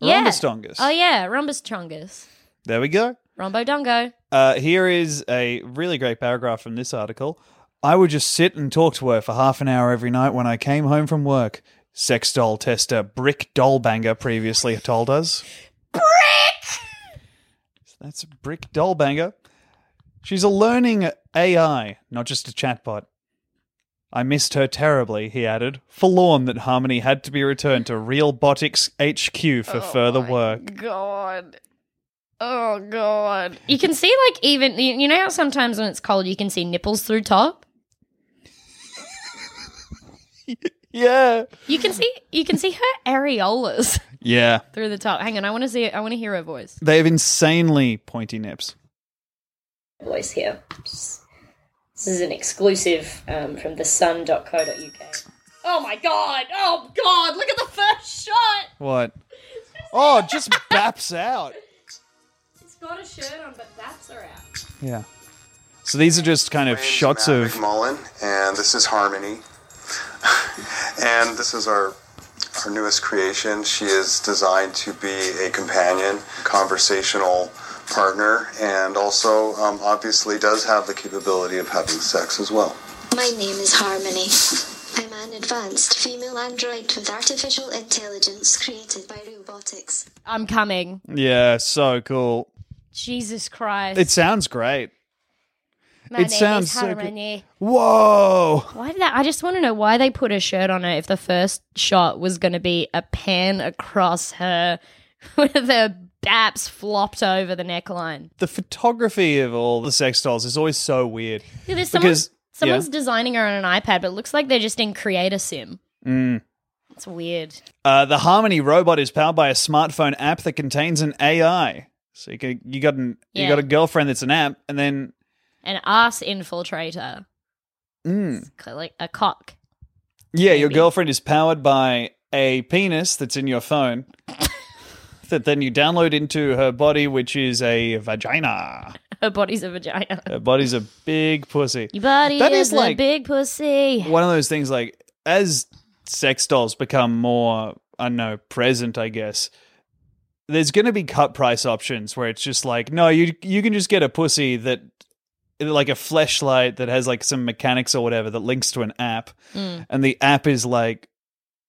[SPEAKER 1] A
[SPEAKER 4] yeah.
[SPEAKER 1] Rhombus dongus.
[SPEAKER 4] Oh yeah, rhombus chongus,
[SPEAKER 1] There we go.
[SPEAKER 4] rhombo dongo.
[SPEAKER 1] Uh, here is a really great paragraph from this article. I would just sit and talk to her for half an hour every night when I came home from work. Sex doll tester Brick Dollbanger previously told us. Brick! That's Brick Dollbanger. She's a learning AI, not just a chatbot. I missed her terribly, he added, forlorn that Harmony had to be returned to Real Botics HQ for further work.
[SPEAKER 4] God. Oh god. You can see like even you you know how sometimes when it's cold you can see nipples through top?
[SPEAKER 1] Yeah.
[SPEAKER 4] You can see you can see her areolas
[SPEAKER 1] Yeah.
[SPEAKER 4] through the top. Hang on, I want to see I want to hear her voice.
[SPEAKER 1] They have insanely pointy nips.
[SPEAKER 10] voice here. Just- This is an exclusive um, from thesun.co.uk.
[SPEAKER 4] Oh my god. Oh god, look at the first shot.
[SPEAKER 1] What? Oh, it just baps out.
[SPEAKER 4] It's got a shirt on but that's her out.
[SPEAKER 1] Yeah. So these are just kind of shots of.
[SPEAKER 11] Mullen, and this is Harmony, and this is our our newest creation. She is designed to be a companion, conversational partner, and also um, obviously does have the capability of having sex as well.
[SPEAKER 12] My name is Harmony. I'm an advanced female android with artificial intelligence created by robotics.
[SPEAKER 4] I'm coming.
[SPEAKER 1] Yeah, so cool.
[SPEAKER 4] Jesus Christ.
[SPEAKER 1] It sounds great.
[SPEAKER 4] My
[SPEAKER 1] it
[SPEAKER 4] name is
[SPEAKER 1] sounds so good.
[SPEAKER 4] Harmony.
[SPEAKER 1] Whoa!
[SPEAKER 4] Why did that? I just want to know why they put a shirt on her if the first shot was going to be a pan across her with her baps flopped over the neckline.
[SPEAKER 1] The photography of all the sex dolls is always so weird.
[SPEAKER 4] Yeah, there's
[SPEAKER 1] Because-
[SPEAKER 4] someone's, someone's
[SPEAKER 1] yeah.
[SPEAKER 4] designing her on an iPad, but it looks like they're just in Creator Sim. Mm. It's weird.
[SPEAKER 1] Uh, the Harmony robot is powered by a smartphone app that contains an AI. So you can, you got an you
[SPEAKER 4] Yeah.
[SPEAKER 1] got a girlfriend that's an app, and then
[SPEAKER 4] An ass infiltrator.
[SPEAKER 1] mm,
[SPEAKER 4] It's Like a cock.
[SPEAKER 1] yeah, your
[SPEAKER 4] Maybe.
[SPEAKER 1] girlfriend is powered by a penis that's in your phone. that then you download into her body, which is a vagina.
[SPEAKER 4] Her body's a vagina.
[SPEAKER 1] Her body's a big pussy.
[SPEAKER 4] Your body
[SPEAKER 1] That
[SPEAKER 4] is,
[SPEAKER 1] is
[SPEAKER 4] a
[SPEAKER 1] like-
[SPEAKER 4] big pussy.
[SPEAKER 1] One of those things like as sex dolls become more, I don't know, present, I guess, there's gonna be cut price options where it's just like, no, you you can just get a pussy that like a fleshlight that has like some mechanics or whatever that links to an app. And the app is like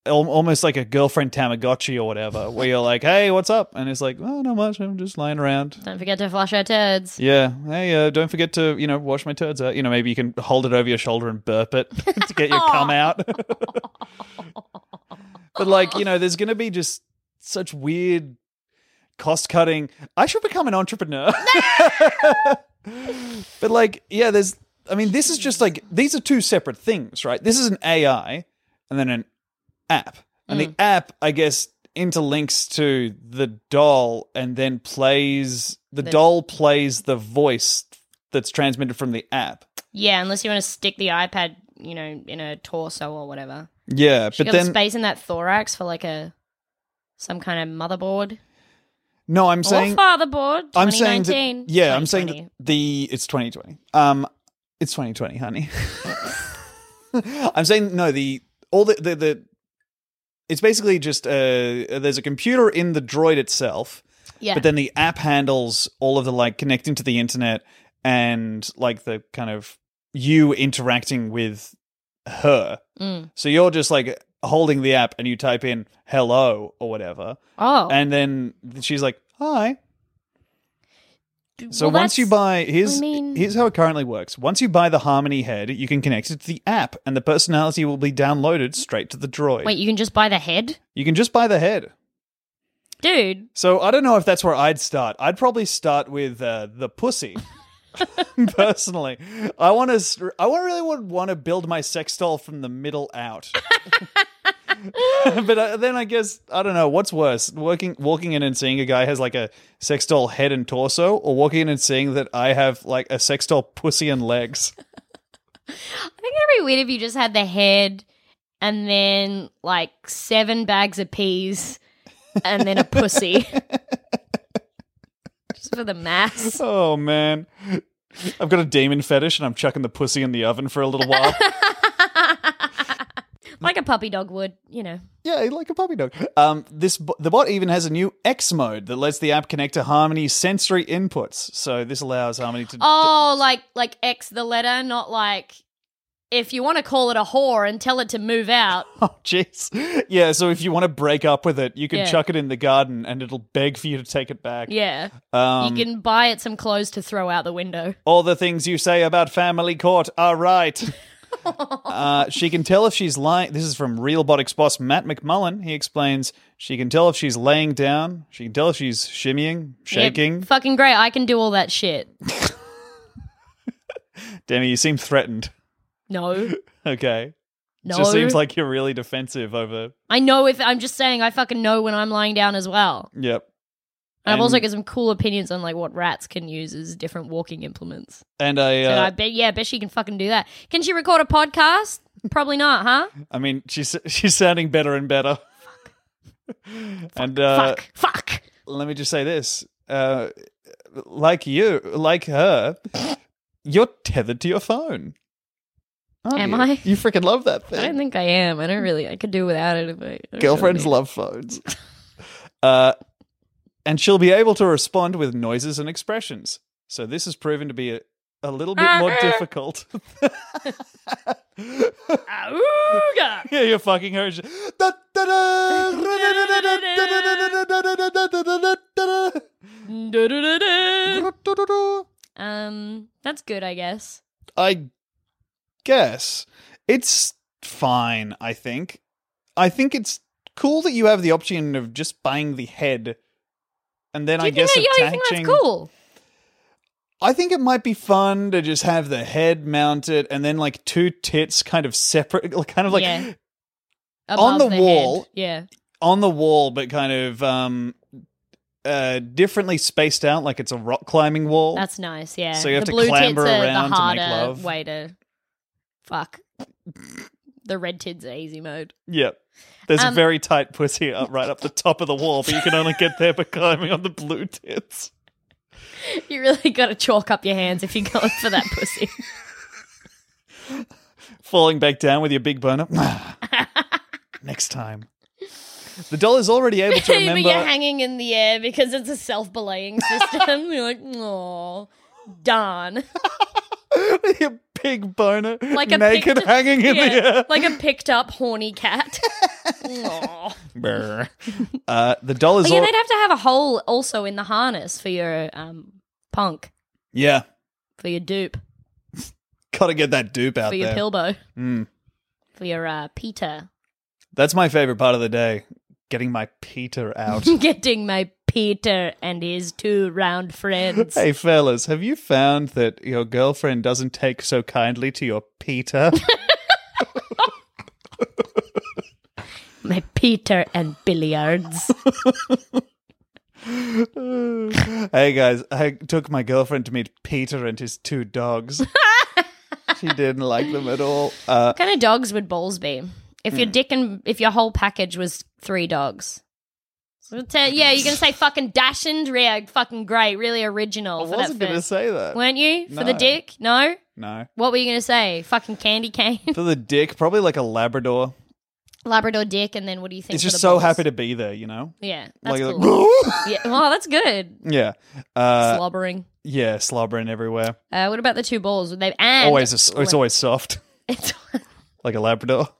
[SPEAKER 1] al- almost like a girlfriend Tamagotchi or whatever, where you're like, hey, what's up? And it's like, oh, not much. I'm just lying around.
[SPEAKER 4] Don't forget to flush our turds.
[SPEAKER 1] Yeah. Hey, uh, don't forget to, you know, wash my turds out. You know, maybe you can hold it over your shoulder and burp it to get your cum out. but, like, you know, there's going to be just such weird cost cutting. I should become an entrepreneur. But like, yeah, there's. I mean, this is just like these are two separate things, right? This is an AI and then an app, and the app, I guess, interlinks to the doll, and then plays the,
[SPEAKER 4] The-
[SPEAKER 1] doll plays the voice that's transmitted from the app.
[SPEAKER 4] Yeah, unless you want to stick the iPad, you know, in a torso or whatever.
[SPEAKER 1] Yeah,
[SPEAKER 4] She
[SPEAKER 1] but
[SPEAKER 4] got
[SPEAKER 1] then
[SPEAKER 4] the space in that thorax for like a some kind of motherboard
[SPEAKER 1] no, I'm
[SPEAKER 4] or
[SPEAKER 1] saying
[SPEAKER 4] fatherboard.
[SPEAKER 1] I'm saying that-
[SPEAKER 4] 2019.
[SPEAKER 1] yeah, I'm saying that the it's 2020. Um, it's 2020, honey. I'm saying no. The all the the, the it's basically just uh, there's a computer in the droid itself.
[SPEAKER 4] Yeah.
[SPEAKER 1] But then the app handles all of the like connecting to the internet and like the kind of you interacting with her.
[SPEAKER 4] Mm.
[SPEAKER 1] So you're just like holding the app and you type in hello or whatever.
[SPEAKER 4] Oh.
[SPEAKER 1] And then she's like, hi. So
[SPEAKER 4] Well,
[SPEAKER 1] once you
[SPEAKER 4] that's-
[SPEAKER 1] buy here's
[SPEAKER 4] I mean-
[SPEAKER 1] here's how it currently works. Once you buy the Harmony head, you can connect it to the app and the personality will be downloaded straight to the droid.
[SPEAKER 4] Wait, you can just buy the head,
[SPEAKER 1] You can just buy the head.
[SPEAKER 4] dude.
[SPEAKER 1] So I don't know if that's where I'd start. I'd probably start with uh, the pussy. Personally, I want to. I wa- really would want to build my sex doll from the middle out. but uh, then I guess I don't know what's worse: working, walking in and seeing a guy has like a sex doll head and torso, or walking in and seeing that I have like a sex doll pussy and legs.
[SPEAKER 4] I think it'd be weird if you just had the head and then like seven bags of peas and then a pussy. just for the mass.
[SPEAKER 1] Oh man, I've got a demon fetish, and I'm chucking the pussy in the oven for a little while.
[SPEAKER 4] Like a puppy dog would, you know.
[SPEAKER 1] Yeah, like a puppy dog. Um, this bo- the bot even has a new X mode that lets the app connect to Harmony's sensory inputs. So this allows Harmony to.
[SPEAKER 4] Oh, like like X the letter, not like if you want to call it a whore and tell it to move out.
[SPEAKER 1] Oh, jeez. Yeah. So if you want to break up with it, you can
[SPEAKER 4] Yeah.
[SPEAKER 1] chuck it in the garden, and it'll beg for you to take it back.
[SPEAKER 4] Yeah.
[SPEAKER 1] Um,
[SPEAKER 4] you can buy it some clothes to throw out the window.
[SPEAKER 1] All the things you say about family court are right. uh, she can tell if she's lying. This is from Realbotics boss Matt McMullen. He explains she can tell if she's laying down. She can tell if she's shimmying, shaking.
[SPEAKER 4] Yeah, fucking great. I can do all that shit.
[SPEAKER 1] Demi, you seem threatened.
[SPEAKER 4] No.
[SPEAKER 1] Okay.
[SPEAKER 4] No.
[SPEAKER 1] Just seems like you're really defensive over.
[SPEAKER 4] I know if I'm just saying I fucking know when I'm lying down as well.
[SPEAKER 1] Yep.
[SPEAKER 4] And I've also
[SPEAKER 1] And-
[SPEAKER 4] got some cool opinions on like what rats can use as different walking implements.
[SPEAKER 1] And I,
[SPEAKER 4] So I
[SPEAKER 1] uh,
[SPEAKER 4] bet yeah, I bet she can fucking do that. Can she record a podcast? Probably not, huh?
[SPEAKER 1] I mean, she's she's sounding better and better. Fuck. and uh, fuck,
[SPEAKER 4] fuck.
[SPEAKER 1] Let me just say this: uh, like you, like her, you're tethered to your phone. aren't
[SPEAKER 4] Am
[SPEAKER 1] you?
[SPEAKER 4] I?
[SPEAKER 1] You freaking love that
[SPEAKER 4] I
[SPEAKER 1] thing.
[SPEAKER 4] don't think I am. I don't really. I could do without it. If I, I
[SPEAKER 1] Girlfriends love phones. uh, and she'll be able to respond with noises and expressions. So this has proven to be a, a little bit
[SPEAKER 4] Ah.
[SPEAKER 1] more difficult. yeah, you're fucking her. She-
[SPEAKER 4] Um, that's good, I guess.
[SPEAKER 1] I guess it's fine. I think. I think it's cool that you have the option of just buying the head, and then
[SPEAKER 4] Do
[SPEAKER 1] I
[SPEAKER 4] you think
[SPEAKER 1] guess
[SPEAKER 4] that, yeah, you
[SPEAKER 1] attaching.
[SPEAKER 4] think that's cool?
[SPEAKER 1] I think it might be fun to just have the head mounted and then like two tits kind of separate, kind of like
[SPEAKER 4] yeah.
[SPEAKER 1] on
[SPEAKER 4] Above
[SPEAKER 1] the
[SPEAKER 4] head.
[SPEAKER 1] wall-
[SPEAKER 4] Yeah.
[SPEAKER 1] on the wall, but kind of um, uh, differently spaced out, like it's a rock climbing wall.
[SPEAKER 4] That's nice. Yeah.
[SPEAKER 1] So you have
[SPEAKER 4] the
[SPEAKER 1] to
[SPEAKER 4] blue
[SPEAKER 1] clamber
[SPEAKER 4] tits are
[SPEAKER 1] around
[SPEAKER 4] the
[SPEAKER 1] to make
[SPEAKER 4] harder
[SPEAKER 1] love.
[SPEAKER 4] way to fuck. the red tits are easy mode.
[SPEAKER 1] Yep. There's
[SPEAKER 4] Um,
[SPEAKER 1] a very tight pussy up right up the top of the wall, but you can only get there by climbing on the blue tits.
[SPEAKER 4] You really got to chalk up your hands if you're going for that pussy.
[SPEAKER 1] Falling back down with your big boner. Next time. The doll is already able to
[SPEAKER 4] but you're
[SPEAKER 1] remember.
[SPEAKER 4] hanging in the air because it's a self-belaying system. you're like, oh, darn.
[SPEAKER 1] your big boner
[SPEAKER 4] Like a
[SPEAKER 1] naked
[SPEAKER 4] picked-
[SPEAKER 1] hanging in
[SPEAKER 4] yeah,
[SPEAKER 1] the air.
[SPEAKER 4] like a picked up horny cat. Aw.
[SPEAKER 1] Brr. Uh, the doll
[SPEAKER 4] But
[SPEAKER 1] is
[SPEAKER 4] Oh, yeah,
[SPEAKER 1] al-
[SPEAKER 4] they'd have to have a hole also in the harness for your um, punk,
[SPEAKER 1] yeah.
[SPEAKER 4] for your dupe,
[SPEAKER 1] Gotta get that dupe out
[SPEAKER 4] for your
[SPEAKER 1] there.
[SPEAKER 4] pilbo,
[SPEAKER 1] Mm.
[SPEAKER 4] for your uh, Peter.
[SPEAKER 1] That's my favorite part of the day. Getting my Peter out.
[SPEAKER 4] Getting my Peter and his two round friends.
[SPEAKER 1] Hey, fellas, have you found that your girlfriend doesn't take so kindly to your Peter?
[SPEAKER 4] My Peter and billiards.
[SPEAKER 1] hey, guys, I took my girlfriend to meet Peter and his two dogs. she didn't like them at all. Uh,
[SPEAKER 4] what kind of dogs would balls be? If
[SPEAKER 1] Hmm.
[SPEAKER 4] your dick and if your whole package was three dogs. So it's a- yeah, you're gonna say fucking dashing, yeah, fucking great, really original.
[SPEAKER 1] I
[SPEAKER 4] for that
[SPEAKER 1] wasn't going to
[SPEAKER 4] first-
[SPEAKER 1] say that.
[SPEAKER 4] weren't you for the
[SPEAKER 1] No.
[SPEAKER 4] dick? No.
[SPEAKER 1] No.
[SPEAKER 4] What were you gonna say? Fucking candy cane,
[SPEAKER 1] For the dick, probably like a Labrador.
[SPEAKER 4] Labrador dick, and then what do you think?
[SPEAKER 1] It's
[SPEAKER 4] for
[SPEAKER 1] just
[SPEAKER 4] the
[SPEAKER 1] so
[SPEAKER 4] balls?
[SPEAKER 1] happy to be there, you know?
[SPEAKER 4] Yeah, that's
[SPEAKER 1] Like-
[SPEAKER 4] cool. yeah, well, that's good.
[SPEAKER 1] Yeah. Uh,
[SPEAKER 4] Slobbering.
[SPEAKER 1] Yeah, slobbering everywhere.
[SPEAKER 4] Uh, what about the two balls? Would they and
[SPEAKER 1] always, a s it's always soft,
[SPEAKER 4] it's
[SPEAKER 1] like a Labrador.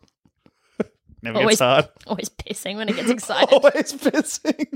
[SPEAKER 1] Never
[SPEAKER 4] always
[SPEAKER 1] gets hard.
[SPEAKER 4] Always pissing when it gets excited. always
[SPEAKER 1] pissing.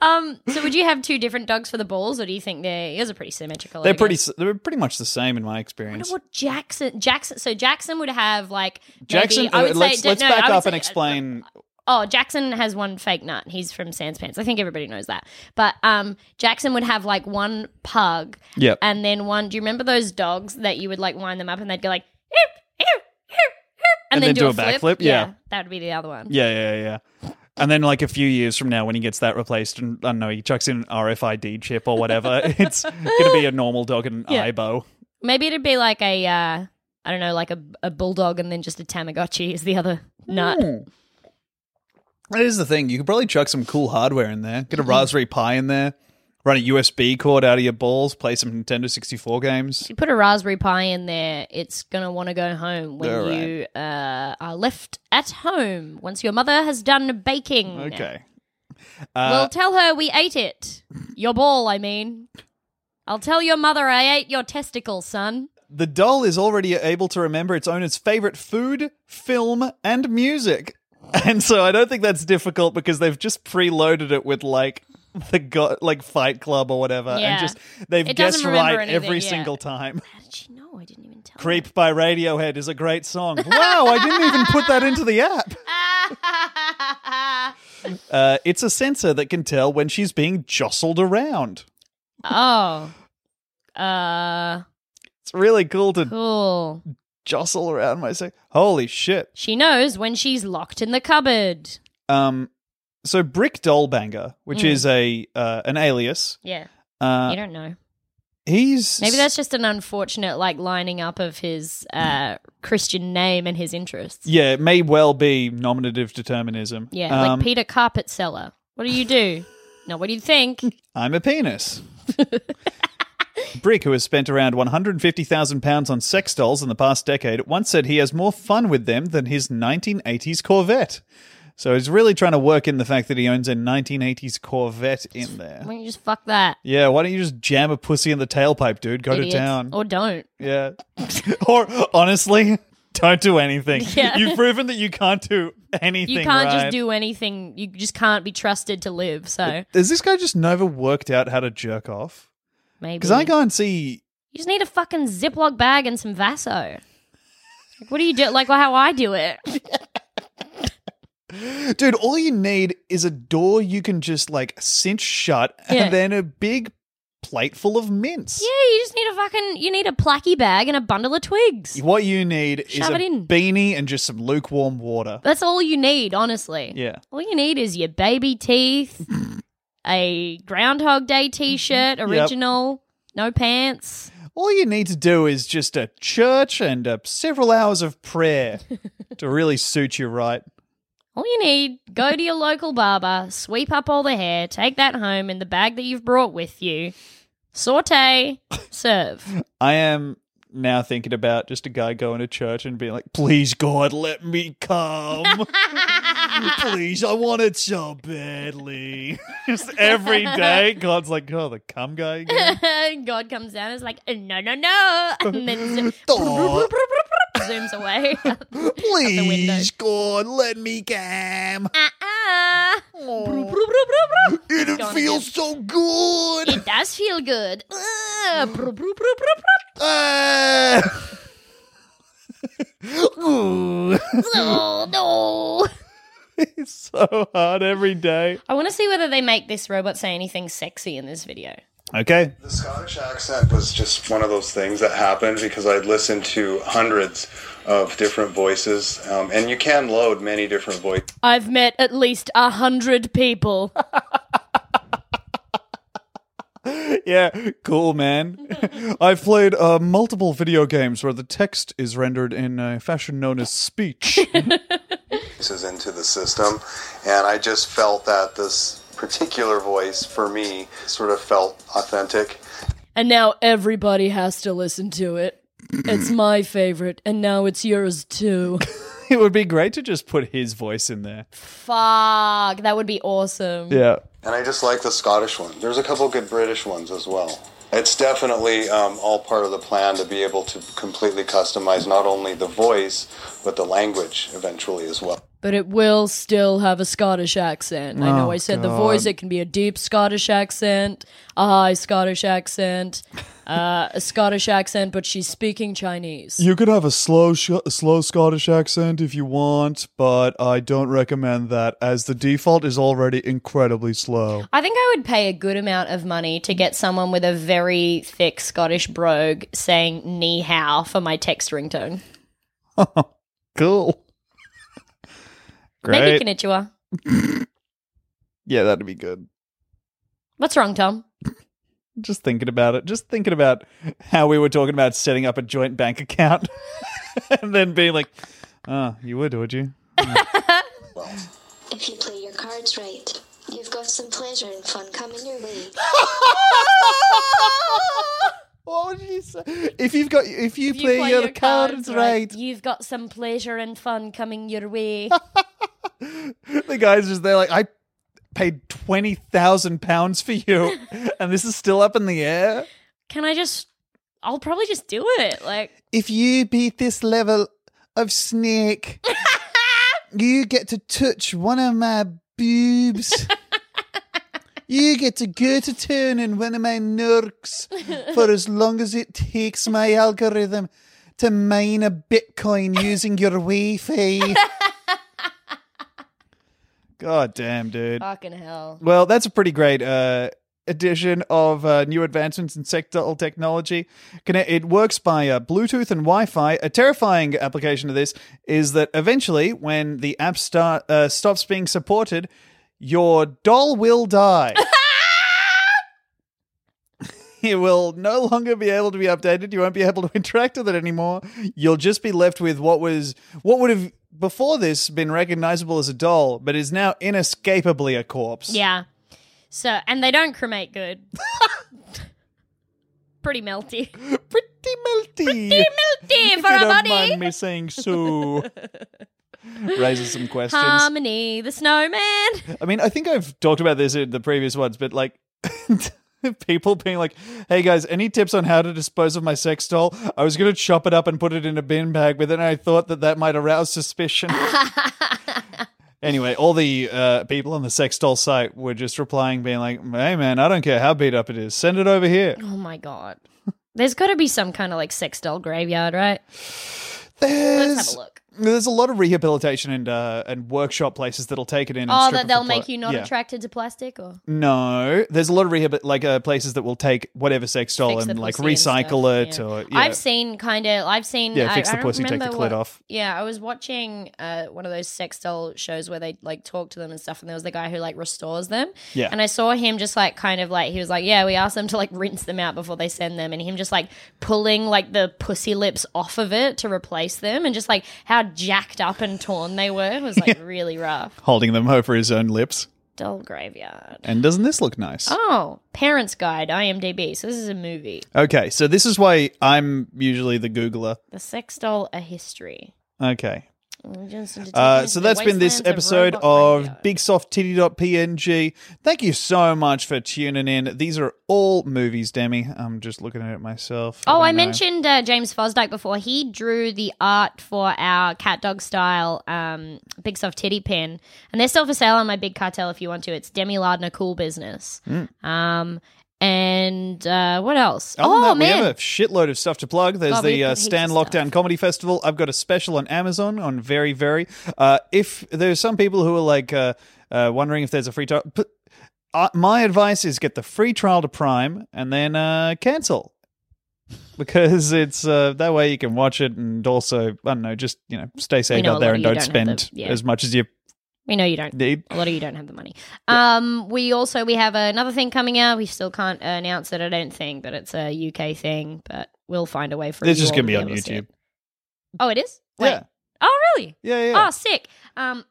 [SPEAKER 4] Um. So, would you have two different dogs for the balls, or do you think they? You guys are pretty symmetrical.
[SPEAKER 1] They're
[SPEAKER 4] I
[SPEAKER 1] pretty.
[SPEAKER 4] guess.
[SPEAKER 1] s- They're pretty much the same in my
[SPEAKER 4] I
[SPEAKER 1] experience.
[SPEAKER 4] wonder what Jackson. Jackson. So Jackson would have like maybe-
[SPEAKER 1] Jackson,
[SPEAKER 4] I would
[SPEAKER 1] uh, let's
[SPEAKER 4] say,
[SPEAKER 1] let's
[SPEAKER 4] no,
[SPEAKER 1] back
[SPEAKER 4] I would
[SPEAKER 1] up
[SPEAKER 4] say-
[SPEAKER 1] and explain.
[SPEAKER 4] Oh, Jackson has one fake nut. He's from Sans Pants. I think everybody knows that. But um, Jackson would have like one pug,
[SPEAKER 1] Yep.
[SPEAKER 4] and then one. Do you remember those dogs that you would like wind them up and they'd go like, "Eep, eep, eep, eep,"
[SPEAKER 1] And then do a backflip? Yeah.
[SPEAKER 4] that would be the other one.
[SPEAKER 1] Yeah, yeah, yeah. And then, like a few years from now, when he gets that replaced, and I don't know, he chucks in an RFID chip or whatever, it's gonna be a normal dog and an
[SPEAKER 4] Yeah.
[SPEAKER 1] eyebow.
[SPEAKER 4] Maybe it'd be like a, uh, I don't know, like a, a bulldog, and then just a Tamagotchi is the other nut.
[SPEAKER 1] Ooh. That is the thing. You could probably chuck some cool hardware in there.
[SPEAKER 4] Mm-hmm.
[SPEAKER 1] Get a Raspberry Pi in there. Run a USB cord out of your balls. Play some Nintendo sixty four games.
[SPEAKER 4] You put a Raspberry Pi in there, it's going to want to go home when
[SPEAKER 1] All right.
[SPEAKER 4] you uh, are left at home once your mother has done baking.
[SPEAKER 1] Okay.
[SPEAKER 4] well,
[SPEAKER 1] Uh,
[SPEAKER 4] tell her we ate it. Your ball, I mean. I'll tell your mother I ate your testicle, son.
[SPEAKER 1] the doll is already able to remember its owner's favorite food, film, and music. And so I don't think that's difficult because they've just preloaded it with like the go- like Fight Club or whatever,
[SPEAKER 4] Yeah.
[SPEAKER 1] and just they've
[SPEAKER 4] It doesn't
[SPEAKER 1] guessed right
[SPEAKER 4] remember anything,
[SPEAKER 1] every
[SPEAKER 4] yeah.
[SPEAKER 1] single time.
[SPEAKER 4] How did she know? I didn't even tell her.
[SPEAKER 1] "Creep" by Radiohead is a great song. Wow, I didn't even put that into the app. Uh, it's a sensor that can tell when she's being jostled around.
[SPEAKER 4] oh. Uh,
[SPEAKER 1] It's really cool to
[SPEAKER 4] cool.
[SPEAKER 1] jostle around my sex. Holy shit!
[SPEAKER 4] She knows when she's locked in the cupboard.
[SPEAKER 1] Um, so Brick Dollbanger, which
[SPEAKER 4] Mm.
[SPEAKER 1] is a uh, an alias.
[SPEAKER 4] Yeah.
[SPEAKER 1] Uh,
[SPEAKER 4] you don't know.
[SPEAKER 1] he's
[SPEAKER 4] Maybe that's just an unfortunate like lining up of his uh, Christian name and his interests.
[SPEAKER 1] yeah. It may well be nominative determinism.
[SPEAKER 4] Yeah,
[SPEAKER 1] Um,
[SPEAKER 4] like Peter Carpet Seller. What do you do? now, what do you think?
[SPEAKER 1] I'm a penis. Brick, who has spent around 150,000 pounds on sex dolls in the past decade, once said he has more fun with them than his 1980s Corvette. So he's really trying to work in the fact that he owns a 1980s Corvette in there.
[SPEAKER 4] Why don't you just fuck that?
[SPEAKER 1] Yeah, why don't you just jam a pussy in the tailpipe, dude? Go
[SPEAKER 4] idiots?
[SPEAKER 1] to town.
[SPEAKER 4] Or don't.
[SPEAKER 1] Yeah. or honestly, don't do anything.
[SPEAKER 4] Yeah.
[SPEAKER 1] You've proven that you can't do anything.
[SPEAKER 4] You can't
[SPEAKER 1] right?
[SPEAKER 4] just do anything. You just can't be trusted to live. So
[SPEAKER 1] Has this guy just never worked out how to jerk off?
[SPEAKER 4] maybe.
[SPEAKER 1] Because I go and see.
[SPEAKER 4] You just need a fucking Ziploc bag and some Vaso. Like, what do you do? Like how I do it.
[SPEAKER 1] Dude, all you need is a door you can just like cinch shut
[SPEAKER 4] Yeah.
[SPEAKER 1] and then a big plate full of mints.
[SPEAKER 4] Yeah, you just need a fucking. You need a placky bag and a bundle of twigs.
[SPEAKER 1] What you need is
[SPEAKER 4] Shove it
[SPEAKER 1] a
[SPEAKER 4] in.
[SPEAKER 1] beanie and just some lukewarm water.
[SPEAKER 4] That's all you need, honestly.
[SPEAKER 1] Yeah.
[SPEAKER 4] All you need is your baby teeth, a Groundhog Day
[SPEAKER 1] Mm-hmm.
[SPEAKER 4] t shirt, original, no pants.
[SPEAKER 1] All you need to do is just a church and uh, several hours of prayer to really suit you right.
[SPEAKER 4] All you need, go to your local barber, sweep up all the hair, take that home in the bag that you've brought with you, saute, serve.
[SPEAKER 1] I am now thinking about just a guy going to church and being like, please, God, let me come. please, I want it so badly. just every day, God's like, oh, the cum guy again.
[SPEAKER 4] God comes down and is like, no, no, no. And then zo-
[SPEAKER 1] Oh,
[SPEAKER 4] zooms away.
[SPEAKER 1] please, God, let me come.
[SPEAKER 4] Ah. It's
[SPEAKER 1] It
[SPEAKER 4] gone
[SPEAKER 1] feels so good.
[SPEAKER 4] It does feel good. Ugh. Brr, brr, brr, brr, brr.
[SPEAKER 1] Ah. Ooh.
[SPEAKER 4] Oh, no.
[SPEAKER 1] It's so hard every day.
[SPEAKER 4] I want to see whether they make this robot say anything sexy in this video.
[SPEAKER 1] Okay.
[SPEAKER 11] The Scottish accent was just one of those things that happened because I'd listened to hundreds of different voices, um, and you can load many different voices.
[SPEAKER 4] I've met at least a hundred people.
[SPEAKER 1] yeah, cool, man. I've played uh, multiple video games where the text is rendered in a fashion known as speech.
[SPEAKER 11] voices into the system, and I just felt that this particular voice for me sort of felt authentic.
[SPEAKER 5] And now everybody has to listen to it. It's my favorite, and now it's yours too.
[SPEAKER 1] it would be great to just put his voice in there.
[SPEAKER 4] Fuck, that would be awesome.
[SPEAKER 1] Yeah.
[SPEAKER 11] And I just like the Scottish one. There's a couple good British ones as well. It's definitely um, all part of the plan to be able to completely customize not only the voice, but the language eventually as well.
[SPEAKER 5] But it will still have a Scottish accent. I know
[SPEAKER 1] Oh,
[SPEAKER 5] I said the
[SPEAKER 1] God.
[SPEAKER 5] voice, it can be a deep Scottish accent, a high Scottish accent, uh, a Scottish accent, but she's speaking Chinese.
[SPEAKER 1] You could have a slow, sh- slow Scottish accent if you want, but I don't recommend that, as the default is already incredibly slow.
[SPEAKER 4] I think I would pay a good amount of money to get someone with a very thick Scottish brogue saying knee how for my text ringtone.
[SPEAKER 1] Cool.
[SPEAKER 4] Maybe Konnichiwa.
[SPEAKER 1] Yeah, that'd be good.
[SPEAKER 4] What's wrong, Tom?
[SPEAKER 1] Just thinking about it. Just thinking about how we were talking about setting up a joint bank account, and then being like, "Ah, you would, would you?"
[SPEAKER 12] If you play your cards right, you've got some pleasure and fun coming your way.
[SPEAKER 1] what would you say? If you've got, if you,
[SPEAKER 4] If
[SPEAKER 1] play, your, cards, right,
[SPEAKER 4] You've got some pleasure and fun coming your way.
[SPEAKER 1] the guy's just there, like, I paid twenty thousand pounds for you, and this is still up in the air.
[SPEAKER 4] Can I just? I'll probably just do it. Like,
[SPEAKER 1] If you beat this level of snake, you get to touch one of my boobs. you get to go to town in one of my nooks for as long as it takes my algorithm to mine a Bitcoin using your Wi Fi. God damn, dude.
[SPEAKER 4] fucking hell.
[SPEAKER 1] Well, that's a pretty great uh, addition of uh, new advancements in sectoral technology. Can it, it works by uh, Bluetooth and Wi-Fi. A terrifying application of this is that eventually, when the app start, uh, stops being supported, your doll will die. It will no longer be able to be updated. You won't be able to interact with it anymore. You'll just be left with what was what would have before this been recognizable as a doll, but is now inescapably a corpse.
[SPEAKER 4] Yeah. So, and they don't cremate good. Pretty
[SPEAKER 1] Pretty
[SPEAKER 4] melty.
[SPEAKER 1] melty. Pretty
[SPEAKER 4] melty
[SPEAKER 1] If
[SPEAKER 4] for
[SPEAKER 1] you
[SPEAKER 4] a
[SPEAKER 1] don't
[SPEAKER 4] buddy.
[SPEAKER 1] mind me saying so. Raises some questions.
[SPEAKER 4] Harmony, the snowman.
[SPEAKER 1] I mean, I think I've talked about this in the previous ones, but like people being like, "Hey guys, any tips on how to dispose of my sex doll? I was gonna chop it up and put it in a bin bag, but then I thought that that might arouse suspicion." Anyway, all the uh, people on the sex doll site were just replying, being like, "Hey man, I don't care how beat up it is, send it over here."
[SPEAKER 4] Oh my god. There's got to be some kind of like sex doll graveyard, right?
[SPEAKER 1] There's,
[SPEAKER 4] Let's have a look.
[SPEAKER 1] There's a lot of rehabilitation and uh, and workshop places that'll take it in. And
[SPEAKER 4] Oh,
[SPEAKER 1] strip it
[SPEAKER 4] that
[SPEAKER 1] for
[SPEAKER 4] they'll
[SPEAKER 1] pla-
[SPEAKER 4] make you not
[SPEAKER 1] Yeah.
[SPEAKER 4] attracted to plastic or
[SPEAKER 1] No, there's a lot of rehab like uh, places that will take whatever sex doll
[SPEAKER 4] Fix the
[SPEAKER 1] and like
[SPEAKER 4] pussy and stuff,
[SPEAKER 1] recycle it
[SPEAKER 4] yeah.
[SPEAKER 1] or yeah.
[SPEAKER 4] I've seen kind of I've seen
[SPEAKER 1] Yeah,
[SPEAKER 4] I-
[SPEAKER 1] fix
[SPEAKER 4] I
[SPEAKER 1] the
[SPEAKER 4] don't
[SPEAKER 1] pussy, take the
[SPEAKER 4] remember
[SPEAKER 1] clit
[SPEAKER 4] what-
[SPEAKER 1] off.
[SPEAKER 4] Yeah, I was watching uh, one of those sex doll shows where they like talk to them and stuff and there was the guy who like restores them.
[SPEAKER 1] Yeah.
[SPEAKER 4] And I saw him just like kind of like he was like, "Yeah, we asked them to like rinse them out before they send them." And him just like pulling like the pussy lips off of it to replace them and just like how jacked up and torn they were was like really rough.
[SPEAKER 1] holding them over his own lips.
[SPEAKER 4] Doll graveyard.
[SPEAKER 1] And doesn't this look nice?
[SPEAKER 4] Oh, Parents Guide, IMDb. So this is a movie.
[SPEAKER 1] Okay, so this is why I'm usually the Googler.
[SPEAKER 4] The Sex Doll: A History.
[SPEAKER 1] Okay.
[SPEAKER 4] Origins and
[SPEAKER 1] Uh,
[SPEAKER 4] Determinants
[SPEAKER 1] so
[SPEAKER 4] of the
[SPEAKER 1] that's been this
[SPEAKER 4] Wastelands of
[SPEAKER 1] episode
[SPEAKER 4] Robot
[SPEAKER 1] of
[SPEAKER 4] Radio.
[SPEAKER 1] BigSoftTitty.png. Thank you so much for tuning in. These are all movies, Demi. I'm just looking at it myself.
[SPEAKER 4] Oh,
[SPEAKER 1] don't
[SPEAKER 4] I
[SPEAKER 1] know.
[SPEAKER 4] mentioned uh, James Fosdyke before. He drew the art for our cat dog style um, big soft titty pin,
[SPEAKER 1] Hmm.
[SPEAKER 4] and they're still for sale on my big cartel if you want to. It's Demi Lardner Cool Business. Um, And uh, what else?
[SPEAKER 1] Other than
[SPEAKER 4] oh
[SPEAKER 1] that,
[SPEAKER 4] man,
[SPEAKER 1] we have a shitload of stuff to plug. There's
[SPEAKER 4] God, we
[SPEAKER 1] the
[SPEAKER 4] have
[SPEAKER 1] uh,
[SPEAKER 4] heaps
[SPEAKER 1] Stan
[SPEAKER 4] of
[SPEAKER 1] Lockdown Comedy Festival. I've got a special on Amazon on very, very. Uh, if there's some people who are like uh, uh, wondering if there's a free trial, p- uh, my advice is get the free trial to Prime and then uh, cancel because it's uh, that way you can watch it and also I don't know, just you know, stay safe
[SPEAKER 4] know a
[SPEAKER 1] out there and
[SPEAKER 4] lot of you
[SPEAKER 1] don't
[SPEAKER 4] don't have
[SPEAKER 1] spend
[SPEAKER 4] the- yeah.
[SPEAKER 1] as much as you
[SPEAKER 4] we know you don't.
[SPEAKER 1] need.
[SPEAKER 4] A lot of you don't have the money. Um, we also we have another thing coming out. We still can't announce it. I don't think, but it's a UK thing. But we'll find a way for.
[SPEAKER 1] This
[SPEAKER 4] you
[SPEAKER 1] is
[SPEAKER 4] all
[SPEAKER 1] going to be
[SPEAKER 4] be
[SPEAKER 1] on
[SPEAKER 4] able to see
[SPEAKER 1] YouTube.
[SPEAKER 4] it. Oh, it is. Wait.
[SPEAKER 1] Yeah.
[SPEAKER 4] Oh, really?
[SPEAKER 1] Yeah, yeah.
[SPEAKER 4] Oh, sick. Um,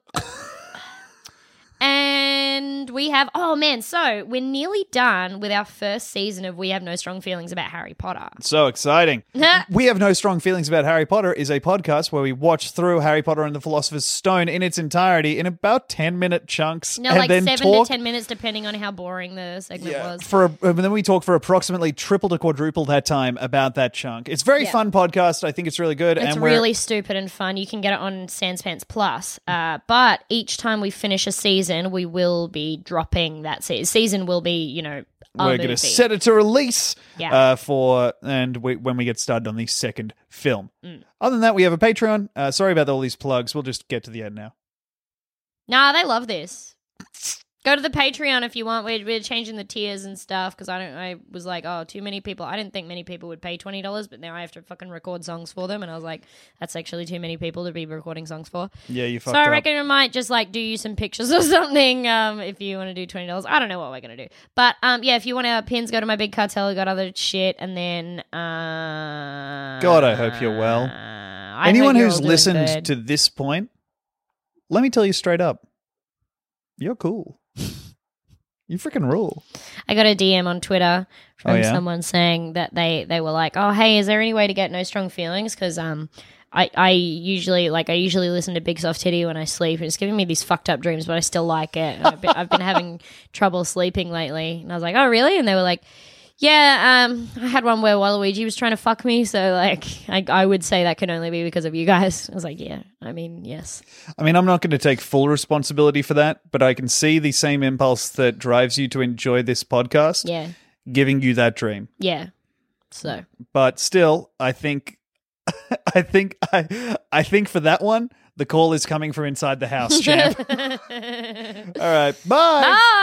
[SPEAKER 4] and we have. Oh man, so we're nearly done with our first season of We Have No Strong Feelings about Harry Potter.
[SPEAKER 1] So exciting. we Have No Strong Feelings About Harry Potter is a podcast where we watch through Harry Potter and the Philosopher's Stone in its entirety in about 10 minute chunks.
[SPEAKER 4] No,
[SPEAKER 1] and
[SPEAKER 4] like
[SPEAKER 1] then
[SPEAKER 4] seven
[SPEAKER 1] talk
[SPEAKER 4] to ten minutes, depending on how boring the segment was.
[SPEAKER 1] for a, and then we talk for approximately triple to quadruple that time about that chunk. It's a very
[SPEAKER 4] Yeah.
[SPEAKER 1] fun podcast. I think it's really good.
[SPEAKER 4] It's
[SPEAKER 1] and we're,
[SPEAKER 4] really stupid and fun. You can get it on Sanspants Plus. Uh, but each time we finish a season, we will be dropping that season. Season will be, you know, a
[SPEAKER 1] we're going to
[SPEAKER 4] movie.
[SPEAKER 1] set it to release
[SPEAKER 4] Yeah.
[SPEAKER 1] uh, for and we, when we get started on the second film.
[SPEAKER 4] Mm.
[SPEAKER 1] Other than that, we have a Patreon. Uh, sorry about all these plugs. We'll just get to the end now.
[SPEAKER 4] Nah, they love this. Go to the Patreon if you want. We're, we're changing the tiers and stuff because I don't. I was like, oh, too many people. I didn't think many people would pay twenty dollars, but now I have to fucking record songs for them, and I was like, that's actually too many people to be recording songs for.
[SPEAKER 1] Yeah, you
[SPEAKER 4] So
[SPEAKER 1] fucked
[SPEAKER 4] I
[SPEAKER 1] up.
[SPEAKER 4] reckon I might just like do you some pictures or something um, if you want to do twenty dollars. I don't know what we're gonna do, but um, yeah, if you want our pins, go to my big cartel. We got other shit, and then uh,
[SPEAKER 1] God, I hope you're well.
[SPEAKER 4] hope
[SPEAKER 1] Anyone
[SPEAKER 4] you're all
[SPEAKER 1] who's
[SPEAKER 4] doing
[SPEAKER 1] listened
[SPEAKER 4] good.
[SPEAKER 1] to this point, let me tell you straight up, you're cool. you freaking rule.
[SPEAKER 4] I got a DM on Twitter from
[SPEAKER 1] Oh, yeah?
[SPEAKER 4] someone saying that they they were like, "Oh, hey, is there any way to get no strong feelings?" Because um, I I usually like I usually listen to Big Soft Titty when I sleep, and it's giving me these fucked up dreams, but I still like it. And I've, been, I've been having trouble sleeping lately, and I was like, "Oh, really?" And they were like. Yeah, um, I had one where Waluigi was trying to fuck me, so like I, I would say that can only be because of you guys. I was like, yeah, I mean, yes.
[SPEAKER 1] I mean, I'm not going to take full responsibility for that, but I can see the same impulse that drives you to enjoy this podcast
[SPEAKER 4] Yeah.
[SPEAKER 1] giving you that dream.
[SPEAKER 4] Yeah. So
[SPEAKER 1] But still, I think I think I I think for that one, the call is coming from inside the house, champ. All right. Bye.
[SPEAKER 4] Bye.